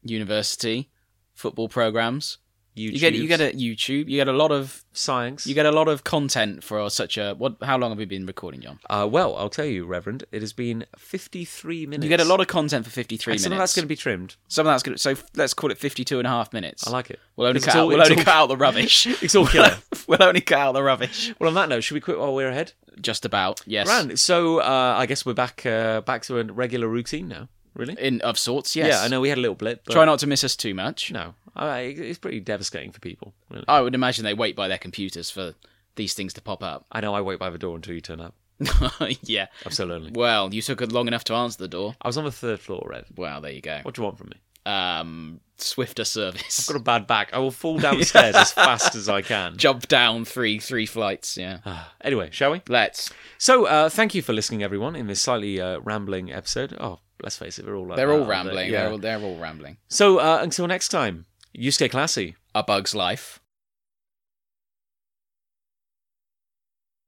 S2: University, football programs.
S1: YouTube.
S2: You get you get a YouTube. You get a lot of
S1: science.
S2: You get a lot of content for such a what? How long have we been recording, John?
S1: Uh, well, I'll tell you, Reverend, it has been 53 minutes.
S2: You get a lot of content for fifty-three
S1: and
S2: minutes.
S1: Some of that's going to be trimmed.
S2: Some of that's going. To, so f- let's call it 52 and a half minutes.
S1: I like it.
S2: We'll only
S1: It's
S2: cut.
S1: all-
S2: out, we'll
S1: it's
S2: only
S1: all-
S2: cut out the rubbish.
S1: It's all killer.
S2: we'll only cut out the rubbish.
S1: well, on that note, should we quit while we're ahead?
S2: Just about. Yes.
S1: Grand. So uh, I guess we're back uh, back to a regular routine now. Really?
S2: In of sorts. Yes.
S1: Yeah, I know we had a little blip. But
S2: Try not to miss us too much.
S1: No, I, it's pretty devastating for people. Really.
S2: I would imagine they wait by their computers for these things to pop up.
S1: I know I wait by the door until you turn up.
S2: yeah.
S1: I'm so lonely.
S2: Well, you took long enough to answer the door.
S1: I was on the third floor, Rev.
S2: Well, there you go.
S1: What do you want from me?
S2: Um, swifter service.
S1: I've got a bad back. I will fall down the stairs as fast as I can.
S2: Jump down three three flights. Yeah.
S1: Ah, anyway, shall we?
S2: Let's.
S1: So, uh, thank you for listening, everyone, in this slightly uh, rambling episode. Oh, let's face it, we're all like
S2: They're
S1: that,
S2: all
S1: aren't they?
S2: rambling.
S1: Yeah.
S2: They're, all, they're all rambling.
S1: So, uh, until next time, you stay classy.
S2: A Bug's Life.